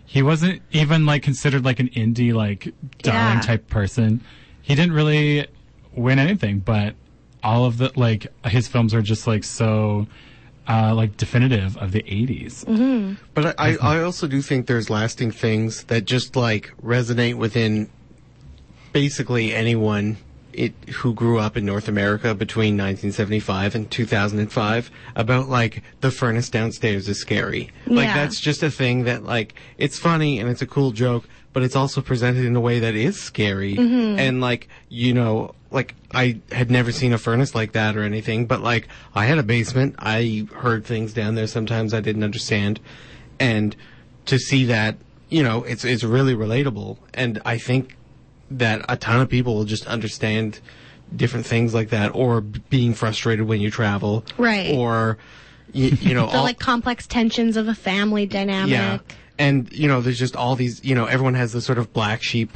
Speaker 2: He wasn't even like considered like an indie like darling
Speaker 1: Yeah.
Speaker 2: type person. He didn't really win anything, but all of the like his films are just like so uh like definitive of the 80s.
Speaker 1: Mm-hmm.
Speaker 3: But I, I I also do think there's lasting things that just like resonate within basically anyone it, who grew up in North America between 1975 and 2005 about like the furnace downstairs is scary. Like
Speaker 1: Yeah.
Speaker 3: that's just a thing that like it's funny and it's a cool joke, but it's also presented in a way that is scary
Speaker 1: Mm-hmm.
Speaker 3: and like you know like I had never seen a furnace like that or anything, but like I had a basement. I heard things down there sometimes I didn't understand, and to see that you know it's it's really relatable, and I think that a ton of people will just understand different things like that or b- being frustrated when you travel
Speaker 1: Right.
Speaker 3: or you,
Speaker 1: <laughs>
Speaker 3: you know
Speaker 1: the
Speaker 3: all,
Speaker 1: like complex tensions of a family dynamic
Speaker 3: yeah and you know there's just all these you know everyone has the sort of black sheep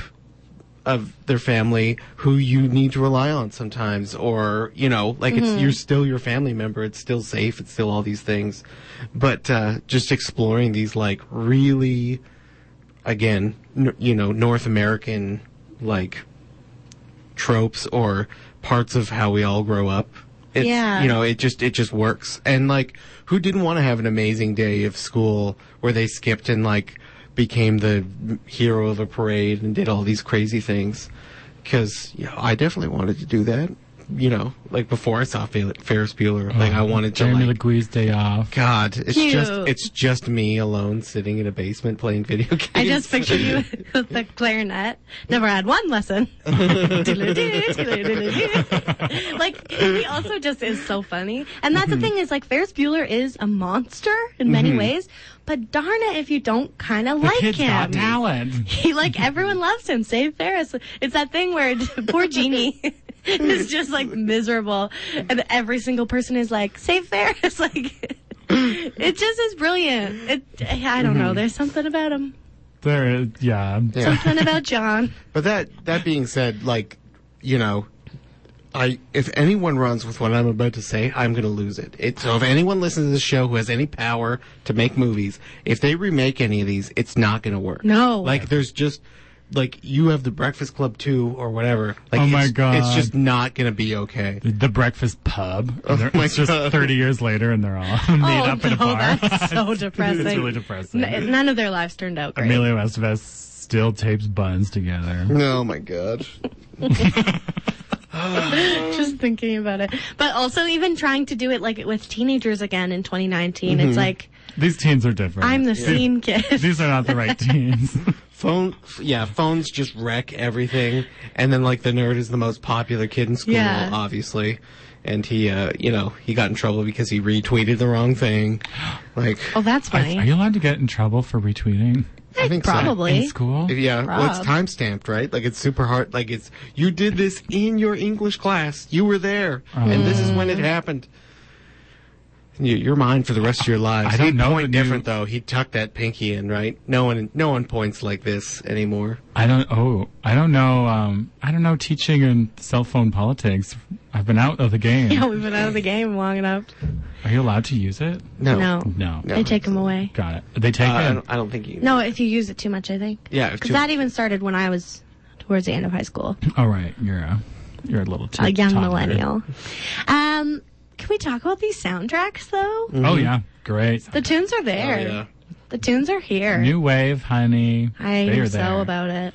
Speaker 3: of their family who you need to rely on sometimes or you know like
Speaker 1: Mm-hmm.
Speaker 3: it's you're still your family member it's still safe it's still all these things but uh just exploring these like really again n- you know north american like tropes or parts of how we all grow up. It's,
Speaker 1: Yeah.
Speaker 3: You know, it just it just works. And like, who didn't want to have an amazing day of school where they skipped and like became the hero of a parade and did all these crazy things? Because you know, I definitely wanted to do that. You know, like before I saw Fer- Ferris Bueller, like I wanted to
Speaker 2: Jeremy
Speaker 3: like.
Speaker 2: Leguiz's Day Off.
Speaker 3: God, it's just
Speaker 1: Cute.
Speaker 3: it's just me alone sitting in a basement playing video <laughs> games.
Speaker 1: I just picture you <laughs> with the clarinet. Never had one lesson. <laughs> like he also just is so funny, and that's the thing is like Ferris Bueller is a monster in many ways, but darn it if you don't kind of like
Speaker 2: Kids
Speaker 1: him.
Speaker 2: got talent.
Speaker 1: <laughs> He like everyone loves him, save Ferris. It's that thing where poor Genie <laughs> is just like miserable, and every single person is like, "Save Ferris!" <laughs> Like, it just is brilliant. It, I don't know. There's something about him.
Speaker 2: There, yeah.
Speaker 3: Yeah.
Speaker 1: Something about John.
Speaker 3: But that that being said, like, you know, I if anyone runs with what I'm about to say, I'm going to lose it. it. So if anyone listens to this show who has any power to make movies, if they remake any of these, it's not going to work.
Speaker 1: No.
Speaker 3: like there's just like you have the Breakfast Club two or whatever. Like,
Speaker 2: Oh my
Speaker 3: it's-
Speaker 2: God.
Speaker 3: it's just not going to be okay.
Speaker 2: The Breakfast Pub.
Speaker 3: Oh
Speaker 2: And they're-
Speaker 3: my
Speaker 2: it's just
Speaker 3: God.
Speaker 2: 30 years later and they're all <laughs> made up in a
Speaker 1: Oh, no,
Speaker 2: bar.
Speaker 1: That's so depressing.
Speaker 2: <laughs> it's really depressing.
Speaker 1: N- none of their lives turned out great.
Speaker 2: Emilio Estevez still tapes buns together.
Speaker 3: Oh my god.
Speaker 1: <laughs> Just thinking about it. But also even trying to do it like with teenagers again in 2019, it's
Speaker 3: Mm-hmm.
Speaker 1: like,
Speaker 2: These teens are different.
Speaker 1: I'm the scene kid.
Speaker 2: <laughs> These are not the right
Speaker 1: <laughs>
Speaker 2: teens.
Speaker 3: Phone, f- yeah, phones just wreck everything. And then like the nerd is the most popular kid in school,
Speaker 1: Yeah.
Speaker 3: obviously. And he, uh, you know, he got in trouble because he retweeted the wrong thing. Like,
Speaker 1: <laughs> Oh, that's
Speaker 2: are,
Speaker 1: funny.
Speaker 2: are you allowed to get in trouble for retweeting
Speaker 3: I think so.
Speaker 1: Probably.
Speaker 2: in school?
Speaker 3: yeah, well, it's
Speaker 1: Rob.
Speaker 3: time stamped, right? Like it's super hard. Like it's, you did this in your English class. You were there.
Speaker 2: Uh-huh.
Speaker 3: And this is when it happened. And you- You're mine for the rest of your lives.
Speaker 2: I don't
Speaker 3: He'd
Speaker 2: know
Speaker 3: point
Speaker 2: the new-
Speaker 3: different though. He tucked that pinky in, right? No one, no one points like this anymore.
Speaker 2: I don't. Oh, I don't know. Um, I don't know teaching and cell phone politics. I've been out of the
Speaker 1: <laughs>
Speaker 2: game.
Speaker 1: <laughs> Yeah, we've been out of the game long enough.
Speaker 2: Are you allowed to use it?
Speaker 1: No.
Speaker 2: No.
Speaker 1: They take them away.
Speaker 2: Got it. They take
Speaker 3: Uh, I,
Speaker 2: it.
Speaker 3: don't, I don't think you.
Speaker 1: No, if you use it too much, I think.
Speaker 3: Yeah. if
Speaker 1: Because
Speaker 3: two-
Speaker 1: that even started when I was towards the end of high school.
Speaker 2: All right. You're a you're a little t-
Speaker 1: a young
Speaker 2: toddler.
Speaker 1: millennial. Um, can we talk about these soundtracks though?
Speaker 2: Oh yeah. Great.
Speaker 1: The tunes are
Speaker 3: Mm. Oh,
Speaker 1: there.
Speaker 3: yeah.
Speaker 1: The tunes are here.
Speaker 2: New wave, honey.
Speaker 1: I
Speaker 2: they
Speaker 1: am
Speaker 2: are
Speaker 1: so
Speaker 2: there.
Speaker 1: about it.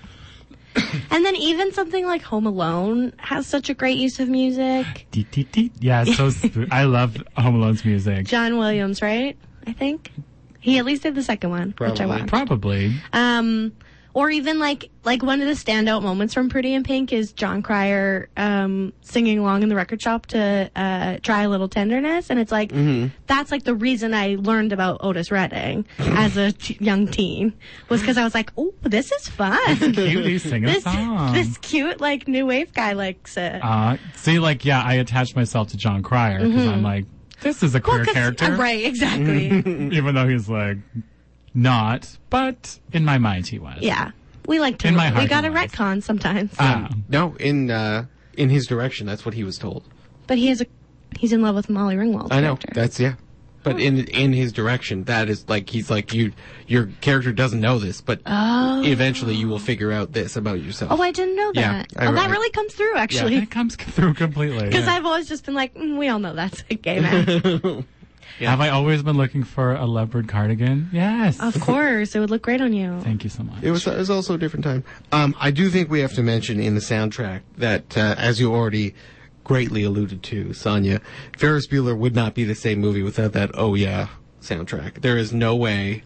Speaker 1: <coughs> and then even something like Home Alone has such a great use of music.
Speaker 2: Deet, deet, deet. Yeah.
Speaker 1: <laughs>
Speaker 2: it's So sp- I love Home Alone's music.
Speaker 1: John Williams, right? I think he at least did the second one, which I
Speaker 3: Probably.
Speaker 1: want.
Speaker 2: Probably.
Speaker 1: Um, or even like like one of the standout moments from Pretty in Pink is John Cryer um, singing along in the record shop to uh, "Try a Little Tenderness," and it's like that's like the reason I learned about Otis Redding as a t- young teen was because I was like, "Oh, this is fun."
Speaker 2: Cutie, sing a
Speaker 1: this
Speaker 2: song.
Speaker 1: this cute like new wave guy likes it.
Speaker 2: Uh, see, like, yeah, I attached myself to John Cryer because I'm like, this is a queer
Speaker 1: Mm-hmm. Well, 'cause-
Speaker 2: character,
Speaker 1: uh, right?
Speaker 2: <laughs>
Speaker 1: Exactly.
Speaker 2: even though he's like not, but in my mind he was.
Speaker 1: yeah, we like to.
Speaker 2: In my
Speaker 1: we
Speaker 2: heart Uh,
Speaker 1: got to
Speaker 2: he was.
Speaker 1: retcon sometimes,
Speaker 2: Yeah.
Speaker 3: No, in uh, in his direction, that's what he was told.
Speaker 1: but he is a he's in love with Molly Ringwald.
Speaker 3: I know.
Speaker 1: character.
Speaker 3: That's yeah. But in in his direction, that is like he's like you. Your character doesn't know this, but eventually you will figure out this about yourself.
Speaker 1: Oh, I didn't know
Speaker 3: Yeah,
Speaker 1: that.
Speaker 3: I
Speaker 1: oh,
Speaker 3: re-
Speaker 1: that really comes through, actually. <laughs>
Speaker 2: It comes <laughs> through completely.
Speaker 1: Because I've always just been like, mm, we all know that's a gay
Speaker 2: <laughs>
Speaker 1: man.
Speaker 3: <laughs>
Speaker 2: Have I always been looking for a leopard cardigan? Yes.
Speaker 1: of course, it would look great on you.
Speaker 2: Thank you so much.
Speaker 3: It was, it was also a different time. Um, I do think we have to mention in the soundtrack that, uh, as you already greatly alluded to, Sonia, Ferris Bueller would not be the same movie without that "Oh Yeah" soundtrack. There is no way.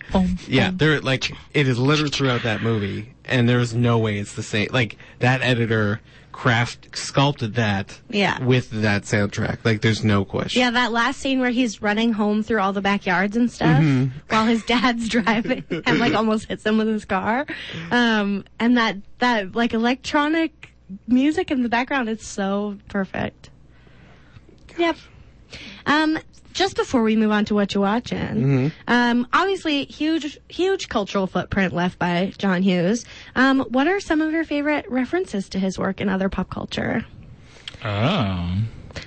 Speaker 3: yeah, there like it is littered throughout that movie, and there is no way it's the same. Like that editor craft sculpted that.
Speaker 1: Yeah.
Speaker 3: With that soundtrack, like there's no question.
Speaker 1: Yeah, that last scene where he's running home through all the backyards and stuff while his dad's <laughs> driving and like almost hits him with his car. Um, and that, that like electronic music in the background, it's so perfect. Yep. Um, just before we move on to what you're watching, um, obviously huge, huge cultural footprint left by John Hughes. Um, what are some of your favorite references to his work in other pop culture?
Speaker 2: oh.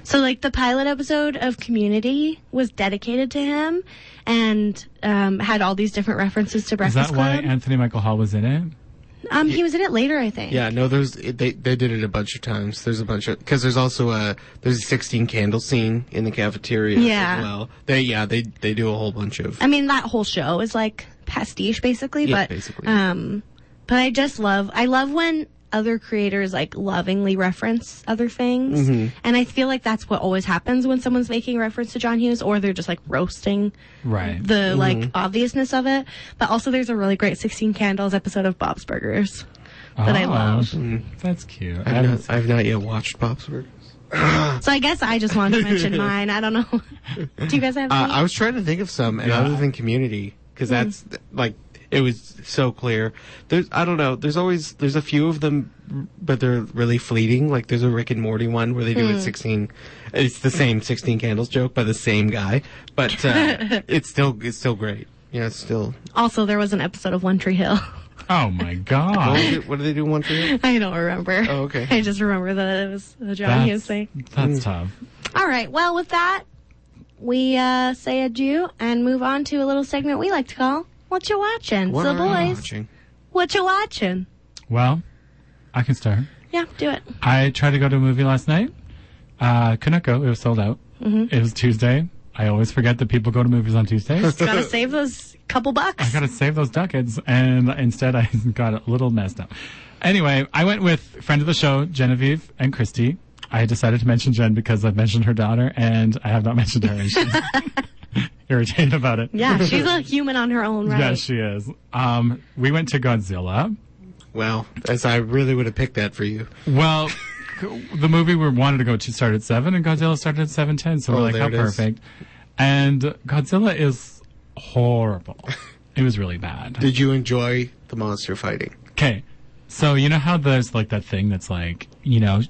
Speaker 1: So, like, the pilot episode of Community was dedicated to him and um, had all these different references to
Speaker 2: Is
Speaker 1: Breakfast
Speaker 2: that why
Speaker 1: Club.
Speaker 2: Anthony Michael Hall was in it?
Speaker 1: um, he was in it later, I think.
Speaker 3: Yeah, no, there's it- they they did it a bunch of times. There's a bunch of because there's also a there's a sixteen candle scene in the cafeteria
Speaker 1: Yeah.
Speaker 3: as well. They yeah they they do a whole bunch of
Speaker 1: I mean, that whole show is like pastiche, basically.
Speaker 3: Yeah,
Speaker 1: but
Speaker 3: basically.
Speaker 1: um, but I just love. I love when other creators like lovingly reference other things, and I feel like that's what always happens when someone's making reference to John Hughes, or they're just like roasting
Speaker 2: Right.
Speaker 1: the like obviousness of it. But also, there's a really great Sixteen Candles episode of Bob's Burgers. that I
Speaker 2: Oh,
Speaker 1: love.
Speaker 2: That's cute. I
Speaker 3: I've <laughs>
Speaker 2: haven't
Speaker 3: not, I've not yet watched Pop's Burgers.
Speaker 1: So I guess I just wanted to
Speaker 3: <laughs>
Speaker 1: mention mine. I don't know. Do you guys have?
Speaker 3: Uh,
Speaker 1: any?
Speaker 3: I was trying to think of some and
Speaker 2: Yeah.
Speaker 3: other than Community because that's like it was so clear. There's I don't know. There's always there's a few of them but they're really fleeting. Like there's a Rick and Morty one where they do it 16. It's the same 16 candles joke by the same guy, but uh, it's still it's still great. Yeah, it's still.
Speaker 1: Also, there was an episode of One Tree Hill. <laughs>
Speaker 2: Oh my
Speaker 3: What,
Speaker 2: god.
Speaker 3: was it, what do they do one for you?
Speaker 1: I don't remember.
Speaker 3: Oh, okay.
Speaker 1: I just remember that it was a John Hughes
Speaker 2: That's,
Speaker 1: thing.
Speaker 2: that's tough.
Speaker 1: All right. Well, with that, we uh, say adieu and move on to a little segment we like to call "What You Watching."
Speaker 3: What
Speaker 1: so,
Speaker 3: are you
Speaker 1: boys,
Speaker 3: watching?
Speaker 1: what you watching?
Speaker 2: Well, I can start.
Speaker 1: Yeah, do it.
Speaker 2: I tried to go to a movie last night. Uh, couldn't go. It was sold out.
Speaker 1: Mm-hmm.
Speaker 2: It was Tuesday. I always forget that people go to movies on
Speaker 1: <laughs>
Speaker 2: Tuesdays.
Speaker 3: <laughs>
Speaker 1: Gotta save those couple bucks.
Speaker 2: I gotta save those ducats, and instead I <laughs> got a little messed up. Anyway, I went with friend of the show Genevieve and Christy. I decided to mention Jen because I've mentioned her daughter, and I have not
Speaker 1: <laughs>
Speaker 2: mentioned her. And she's <laughs> irritated about it.
Speaker 1: yeah,
Speaker 3: <laughs>
Speaker 1: she's a human on her own, right?
Speaker 2: Yes, she is. Um, we went to Godzilla.
Speaker 3: Well, as I really would have picked that for you.
Speaker 2: Well, the movie we wanted to go to started at seven, and Godzilla started at seven ten. So
Speaker 3: Oh,
Speaker 2: we're like,
Speaker 3: there
Speaker 2: how
Speaker 3: it is.
Speaker 2: perfect. And Godzilla is horrible. It was really bad.
Speaker 3: Did you enjoy the monster fighting?
Speaker 2: Okay, so you know how there's like that thing that's like, you know,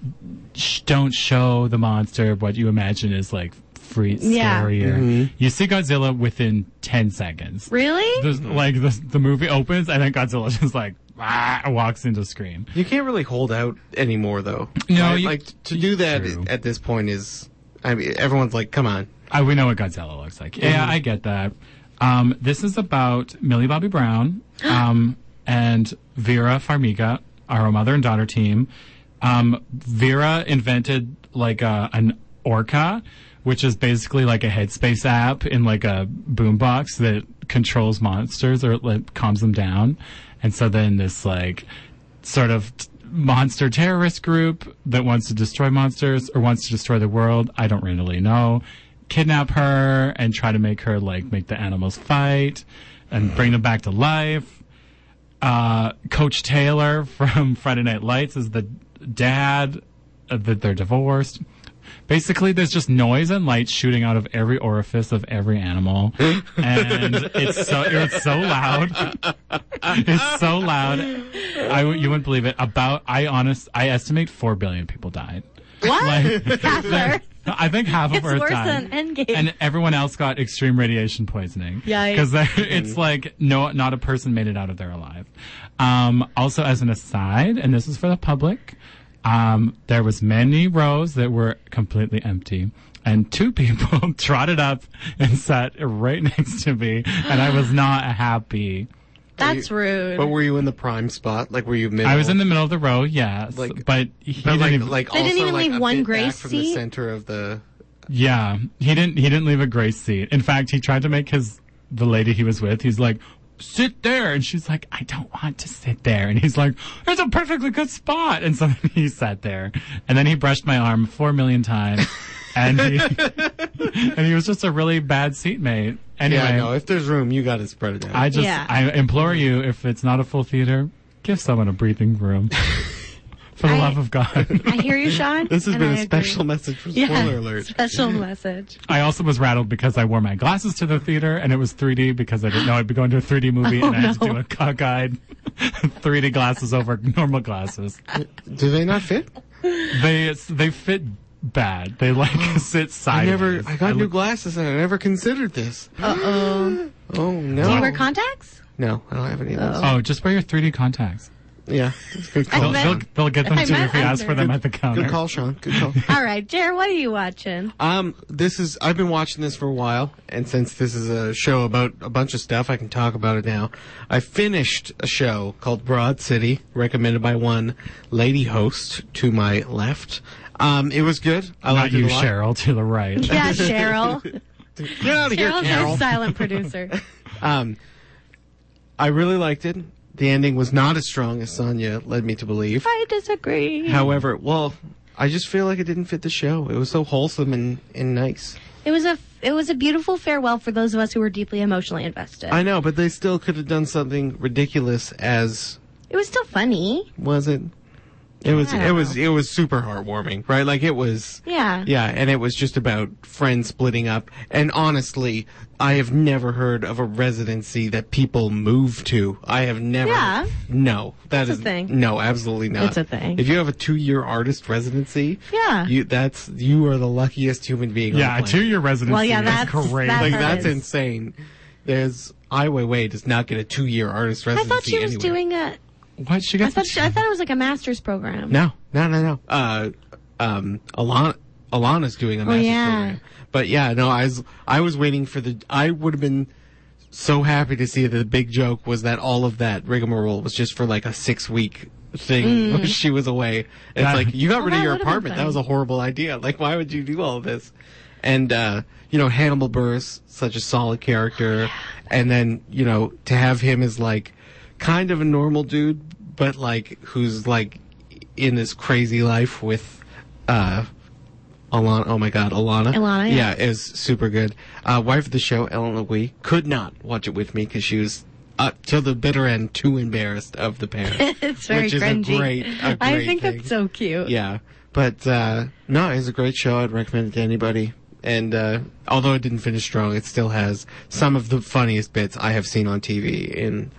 Speaker 2: sh- don't show the monster what you imagine is like free
Speaker 1: Yeah.
Speaker 2: scary. Or,
Speaker 3: Mm-hmm.
Speaker 2: You see Godzilla within ten seconds.
Speaker 1: Really?
Speaker 2: There's, like the the movie opens and then Godzilla's <laughs> just like ah, walks into screen.
Speaker 3: You can't really hold out anymore, though.
Speaker 2: No,
Speaker 3: Right?
Speaker 2: you-
Speaker 3: like to do that
Speaker 2: True.
Speaker 3: at this point is, I mean, everyone's like, "Come on."
Speaker 2: I, we know what Godzilla looks like. Yeah, I get that. Um, this is about Millie Bobby Brown um, and Vera Farmiga, our mother and daughter team. Um, Vera invented like a, an orca, which is basically like a headspace app in like a boombox that controls monsters or like calms them down. And so then this like sort of t- monster terrorist group that wants to destroy monsters or wants to destroy the world. I don't really know. Kidnap her and try to make her like make the animals fight and bring them back to life. Uh, Coach Taylor <laughs> from Friday Night Lights is the dad uh, that they're divorced. Basically, there's just noise and light shooting out of every orifice of every animal, and it's so it's so loud. It's so loud. I w- you wouldn't believe it. About I honest I estimate four billion people died.
Speaker 1: What?
Speaker 3: <laughs>
Speaker 2: Like
Speaker 1: Half Earth.
Speaker 2: I think half of
Speaker 1: It's
Speaker 2: Earth
Speaker 1: worse
Speaker 2: died.
Speaker 1: than Endgame.
Speaker 2: And everyone else got extreme radiation poisoning.
Speaker 1: Yikes.
Speaker 2: Because
Speaker 3: Mm-hmm.
Speaker 2: it's like no, not a person made it out of there alive. Um, also, as an aside, and this is for the public, um, there was many rows that were completely empty. And two <laughs> people trotted up and sat right next to me, and I was not happy.
Speaker 1: That's rude.
Speaker 3: But were you in the prime spot? Like, were you middle?
Speaker 2: I was in the middle of the row, yes,
Speaker 3: Like-
Speaker 2: but he
Speaker 3: But
Speaker 2: didn't
Speaker 3: like,
Speaker 2: even-
Speaker 3: like
Speaker 1: They didn't
Speaker 3: also,
Speaker 1: even
Speaker 3: like,
Speaker 1: leave
Speaker 3: a
Speaker 1: one
Speaker 3: bit
Speaker 1: gray
Speaker 3: back from the
Speaker 1: seat?
Speaker 3: center of the.
Speaker 2: Yeah, he didn't. He didn't leave a grace seat. In fact, he tried to make his the lady he was with. He's like, sit there, and she's like, I don't want to sit there. And he's like, it's a perfectly good spot. And so <laughs> then he sat there, and then he brushed my arm four million times, and he <laughs> and he was just a really bad seatmate. Anyway,
Speaker 3: Yeah, I know. If there's room, you got to spread it out.
Speaker 2: I just
Speaker 1: Yeah.
Speaker 2: I implore you, if it's not a full theater, give someone a
Speaker 1: <laughs>
Speaker 2: breathing room. For the
Speaker 1: I-
Speaker 2: love of God.
Speaker 1: I hear you, Sean.
Speaker 3: <laughs> this has
Speaker 1: and
Speaker 3: been
Speaker 1: I
Speaker 3: a
Speaker 1: agree.
Speaker 3: special message for
Speaker 1: Yeah,
Speaker 3: spoiler alert. <laughs>
Speaker 1: Special message.
Speaker 2: I also was rattled because I wore my glasses to the theater and it was 3D because I didn't know I'd be going to a 3D movie and I had to do a <laughs> cockeyed 3D glasses over normal glasses.
Speaker 3: Do they not fit?
Speaker 2: They they fit bad. They like <laughs> sit
Speaker 3: I
Speaker 2: sideways.
Speaker 3: never. I got new
Speaker 2: look-
Speaker 3: glasses and I never considered this.
Speaker 1: Uh oh.
Speaker 3: Oh no.
Speaker 1: Do you wear
Speaker 3: <laughs>
Speaker 1: contacts?
Speaker 3: no, I don't have any of those.
Speaker 2: Oh, just wear your 3D contacts.
Speaker 3: Yeah, it's a good
Speaker 2: They'll,
Speaker 3: call.
Speaker 1: meant-
Speaker 2: they'll, they'll get them
Speaker 1: I
Speaker 2: to you
Speaker 1: meant
Speaker 2: if you ask for
Speaker 1: under.
Speaker 2: them at the counter.
Speaker 3: Good call, Sean. Good call.
Speaker 1: All right, Jer, what are you watching?
Speaker 3: <laughs> Um, this is I've been watching this for a while, and since this is a show about a bunch of stuff, I can talk about it now. I finished a show called Broad City, recommended by one lady host to my left. Um, it was good. I
Speaker 2: Not
Speaker 3: liked it
Speaker 2: you,
Speaker 3: a lot.
Speaker 2: Cheryl, to the right.
Speaker 1: Yeah, Cheryl.
Speaker 3: <laughs> Get out of here,
Speaker 1: Cheryl's our
Speaker 3: Carol.
Speaker 1: silent
Speaker 3: <laughs>
Speaker 1: producer.
Speaker 3: Um, I really liked it. The ending was not as strong as Sonya led me to believe.
Speaker 1: I disagree.
Speaker 3: However, well, I just feel like it didn't fit the show. It was so wholesome and, and nice.
Speaker 1: It was a it was a beautiful farewell for those of us who were deeply emotionally invested.
Speaker 3: I know, but they still could have done something ridiculous as
Speaker 1: it was still funny.
Speaker 3: was it? It was
Speaker 1: I
Speaker 3: it
Speaker 1: don't
Speaker 3: was
Speaker 1: know.
Speaker 3: it was super heartwarming, right? Like it was
Speaker 1: Yeah.
Speaker 3: Yeah, and it was just about friends splitting up. And honestly, I have never heard of a residency that people move to. I have never
Speaker 1: Yeah.
Speaker 3: No. that is
Speaker 1: It's a thing.
Speaker 3: No, absolutely not.
Speaker 1: It's a thing.
Speaker 3: If you have a two year artist residency,
Speaker 1: Yeah.
Speaker 3: you that's you are the luckiest human being on
Speaker 2: Yeah,
Speaker 3: the
Speaker 2: a
Speaker 3: planet.
Speaker 2: two-year residency.
Speaker 1: Well, yeah, that's-
Speaker 2: that's great.
Speaker 1: that's-
Speaker 3: like
Speaker 1: That
Speaker 3: that's
Speaker 1: is-
Speaker 3: insane. There's I Weiwei does not get a two year artist
Speaker 1: I
Speaker 3: residency.
Speaker 1: thought she was
Speaker 3: anywhere.
Speaker 1: doing a.
Speaker 2: what she
Speaker 1: I
Speaker 2: got?
Speaker 1: thought she, I thought it was like a master's program.
Speaker 3: No, no, no, no. Uh, um, Alana, Alana's doing a master's
Speaker 1: Oh, yeah.
Speaker 3: program. But yeah, no, I was, I was waiting for the, I would have been so happy to see that the big joke was that all of that rigmarole was just for like a six week thing
Speaker 1: Mm.
Speaker 3: when she was away. It's
Speaker 2: That-
Speaker 3: like, you got
Speaker 1: Well,
Speaker 3: rid of
Speaker 1: that
Speaker 3: your
Speaker 1: would've been
Speaker 3: apartment. That
Speaker 1: fun.
Speaker 3: was a horrible idea. Like, why would you do all of this? And, uh, you know, Hannibal Buress, such a solid
Speaker 1: Oh,
Speaker 3: character. And then, you know, to have him as like kind of a normal dude, but like who's like in this crazy life with, uh, Alana, oh my God, Alana.
Speaker 1: Alana, yeah.
Speaker 3: yeah, it was super good. Uh, wife of the show, Ellen LeGuy, could not watch it with me because she was uh, till the bitter end too embarrassed of
Speaker 1: <laughs>
Speaker 3: the parents.
Speaker 1: It's very
Speaker 3: Which is a
Speaker 1: cringy.
Speaker 3: great- a
Speaker 1: I
Speaker 3: great
Speaker 1: think
Speaker 3: thing.
Speaker 1: that's so cute.
Speaker 3: yeah, but uh, no, it was a great show. I'd recommend it to anybody. And uh, although it didn't finish strong, it still has some of the funniest bits I have seen on TV. And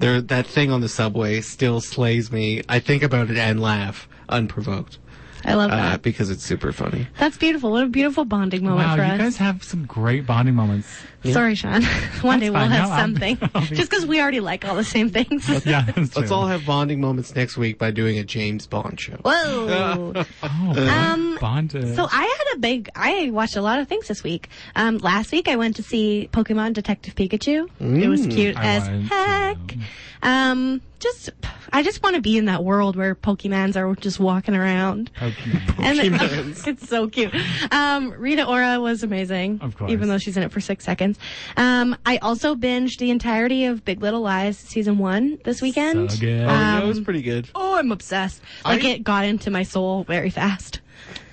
Speaker 3: there, that thing on the subway still slays me. I think about it and laugh unprovoked
Speaker 1: I love
Speaker 3: uh,
Speaker 1: that.
Speaker 3: because it's super funny.
Speaker 1: That's beautiful. What a beautiful bonding moment
Speaker 2: wow,
Speaker 1: for
Speaker 2: you
Speaker 1: us.
Speaker 2: guys have some great bonding moments.
Speaker 1: Sorry, Sean. <laughs> One day we'll
Speaker 2: That's fine.
Speaker 1: have
Speaker 2: No, I'm-
Speaker 1: something.
Speaker 2: <laughs> I'll be-
Speaker 1: Just because we already like all the same things.
Speaker 2: Yeah, that's
Speaker 3: Let's
Speaker 2: true.
Speaker 3: all have bonding moments next week by doing a James Bond show.
Speaker 1: <laughs>
Speaker 2: <laughs>
Speaker 1: Whoa.
Speaker 2: Oh,
Speaker 1: Um,
Speaker 2: bonded.
Speaker 1: So I had a big. I watched a lot of things this week. Um, last week I went to see Pokemon Detective Pikachu. it was cute
Speaker 2: Mm, I
Speaker 1: as
Speaker 2: wanted to.
Speaker 1: heck. Um, just I just want to be in that world where Pokemons are just walking around.
Speaker 2: Pokemon.
Speaker 1: <laughs> And
Speaker 3: <laughs>
Speaker 1: it's so cute. Um, Rita Ora was amazing.
Speaker 2: Of course.
Speaker 1: Even though she's in it for six seconds. Um, I also binged the entirety of Big Little Lies season one this weekend. Um,
Speaker 2: So good.
Speaker 3: that Oh, was pretty good.
Speaker 1: Oh, I'm obsessed. Like
Speaker 3: I-
Speaker 1: it got into my soul very fast.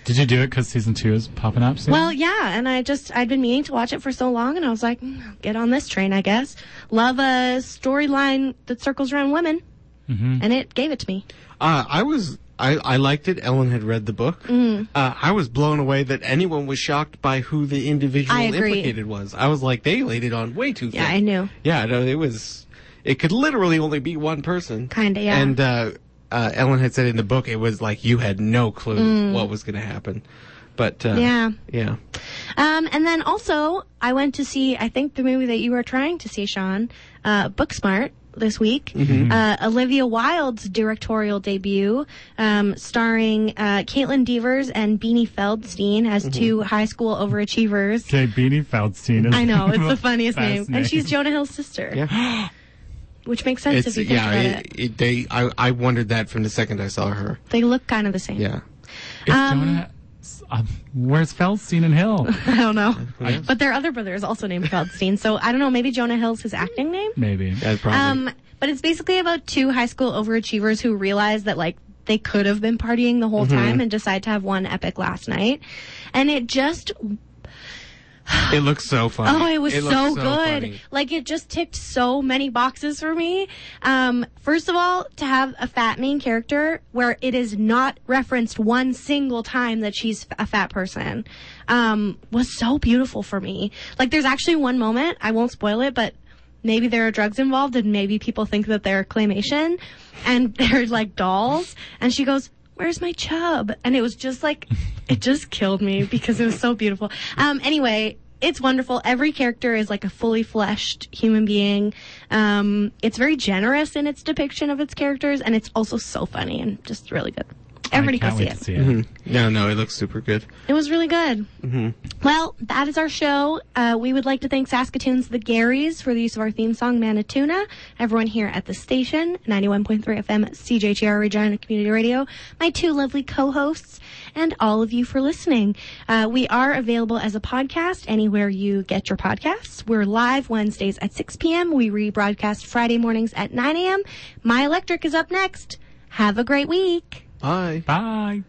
Speaker 2: Did you do it because season two is popping up soon?
Speaker 1: Well, yeah, and I just I'd been meaning to watch it for so long, and I was like, "Mm, I'll get on this train, I guess. Love a storyline that circles around women,
Speaker 2: Mm-hmm.
Speaker 1: and it gave it to me.
Speaker 3: Uh, I was, I, I liked it. Ellen had read the book.
Speaker 1: Mm.
Speaker 3: Uh, I was blown away that anyone was shocked by who the individual
Speaker 1: I agree.
Speaker 3: implicated was. I was like, they laid it on way too
Speaker 1: Yeah,
Speaker 3: thin.
Speaker 1: I knew.
Speaker 3: Yeah, no, it was, it could literally only be one person.
Speaker 1: Kinda, yeah.
Speaker 3: And, uh, uh, Ellen had said in the book, it was like you had no clue what was going to happen. But, uh,
Speaker 1: Mm. Yeah.
Speaker 3: Yeah.
Speaker 1: Um, and then also I went to see I think the movie that you were trying to see, Sean, uh, Booksmart this week.
Speaker 3: Mm-hmm.
Speaker 1: Uh, Olivia Wilde's directorial debut, um, starring uh, Caitlin Devers and Beanie Feldstein as
Speaker 3: Mm-hmm.
Speaker 1: two high school overachievers.
Speaker 2: okay, Beanie Feldstein. Is
Speaker 1: I know it's the
Speaker 2: <laughs>
Speaker 3: <laughs>
Speaker 1: funniest name,
Speaker 2: Best
Speaker 1: and she's Jonah Hill's sister. Which makes sense if
Speaker 3: It's,
Speaker 1: you think
Speaker 3: yeah,
Speaker 1: about
Speaker 3: it,
Speaker 1: it.
Speaker 3: it- they, I, I wondered that from the second I saw her.
Speaker 1: They look kind of the same.
Speaker 3: Yeah.
Speaker 2: Is
Speaker 1: um,
Speaker 2: Jonah, um, where's Feldstein and Hill?
Speaker 1: <laughs> I don't know.
Speaker 2: I-
Speaker 1: But their other brother is also named Feldstein, so I don't know. Maybe Jonah Hill's his acting name.
Speaker 2: Maybe.
Speaker 3: Yeah, probably.
Speaker 1: Um, but it's basically about two high school overachievers who realize that like they could have been partying the whole time and decide to have one epic last night, and it just
Speaker 3: It looks so funny.
Speaker 1: Oh, it was
Speaker 3: looked
Speaker 1: so, good.
Speaker 3: funny.
Speaker 1: Like it just ticked so many boxes for me. Um, first of all, to have a fat main character where it is not referenced one single time that she's f- a fat person, um, was so beautiful for me. Like there's actually one moment, I won't spoil it, but maybe there are drugs involved and maybe people think that they're claymation and <laughs> they're like dolls. And she goes, Where's my chub? And it was just
Speaker 2: <laughs>
Speaker 1: like, it just killed me because it was so beautiful. Um, anyway, it's wonderful. Every character is like a fully fleshed human being. Um, it's very generous in its depiction of its characters, and it's also so funny and just really good. <laughs> Everybody
Speaker 2: I can't
Speaker 1: go see
Speaker 2: wait
Speaker 1: it.
Speaker 2: to see it.
Speaker 3: Mm-hmm. No, no, it looks super good.
Speaker 1: It was really good. Well, that is our show. Uh, we would like to thank Saskatoon's The Garys for the use of our theme song, Manituna. Everyone here at the station, 91.3 FM, CJTR Regina Community Radio, my two lovely co-hosts, and all of you for listening. Uh, we are available as a podcast anywhere you get your podcasts. We're live Wednesdays at 6 p.m. We rebroadcast Friday mornings at 9 a.m. My Electric is up next. Have a great week.
Speaker 3: Bye.
Speaker 2: Bye.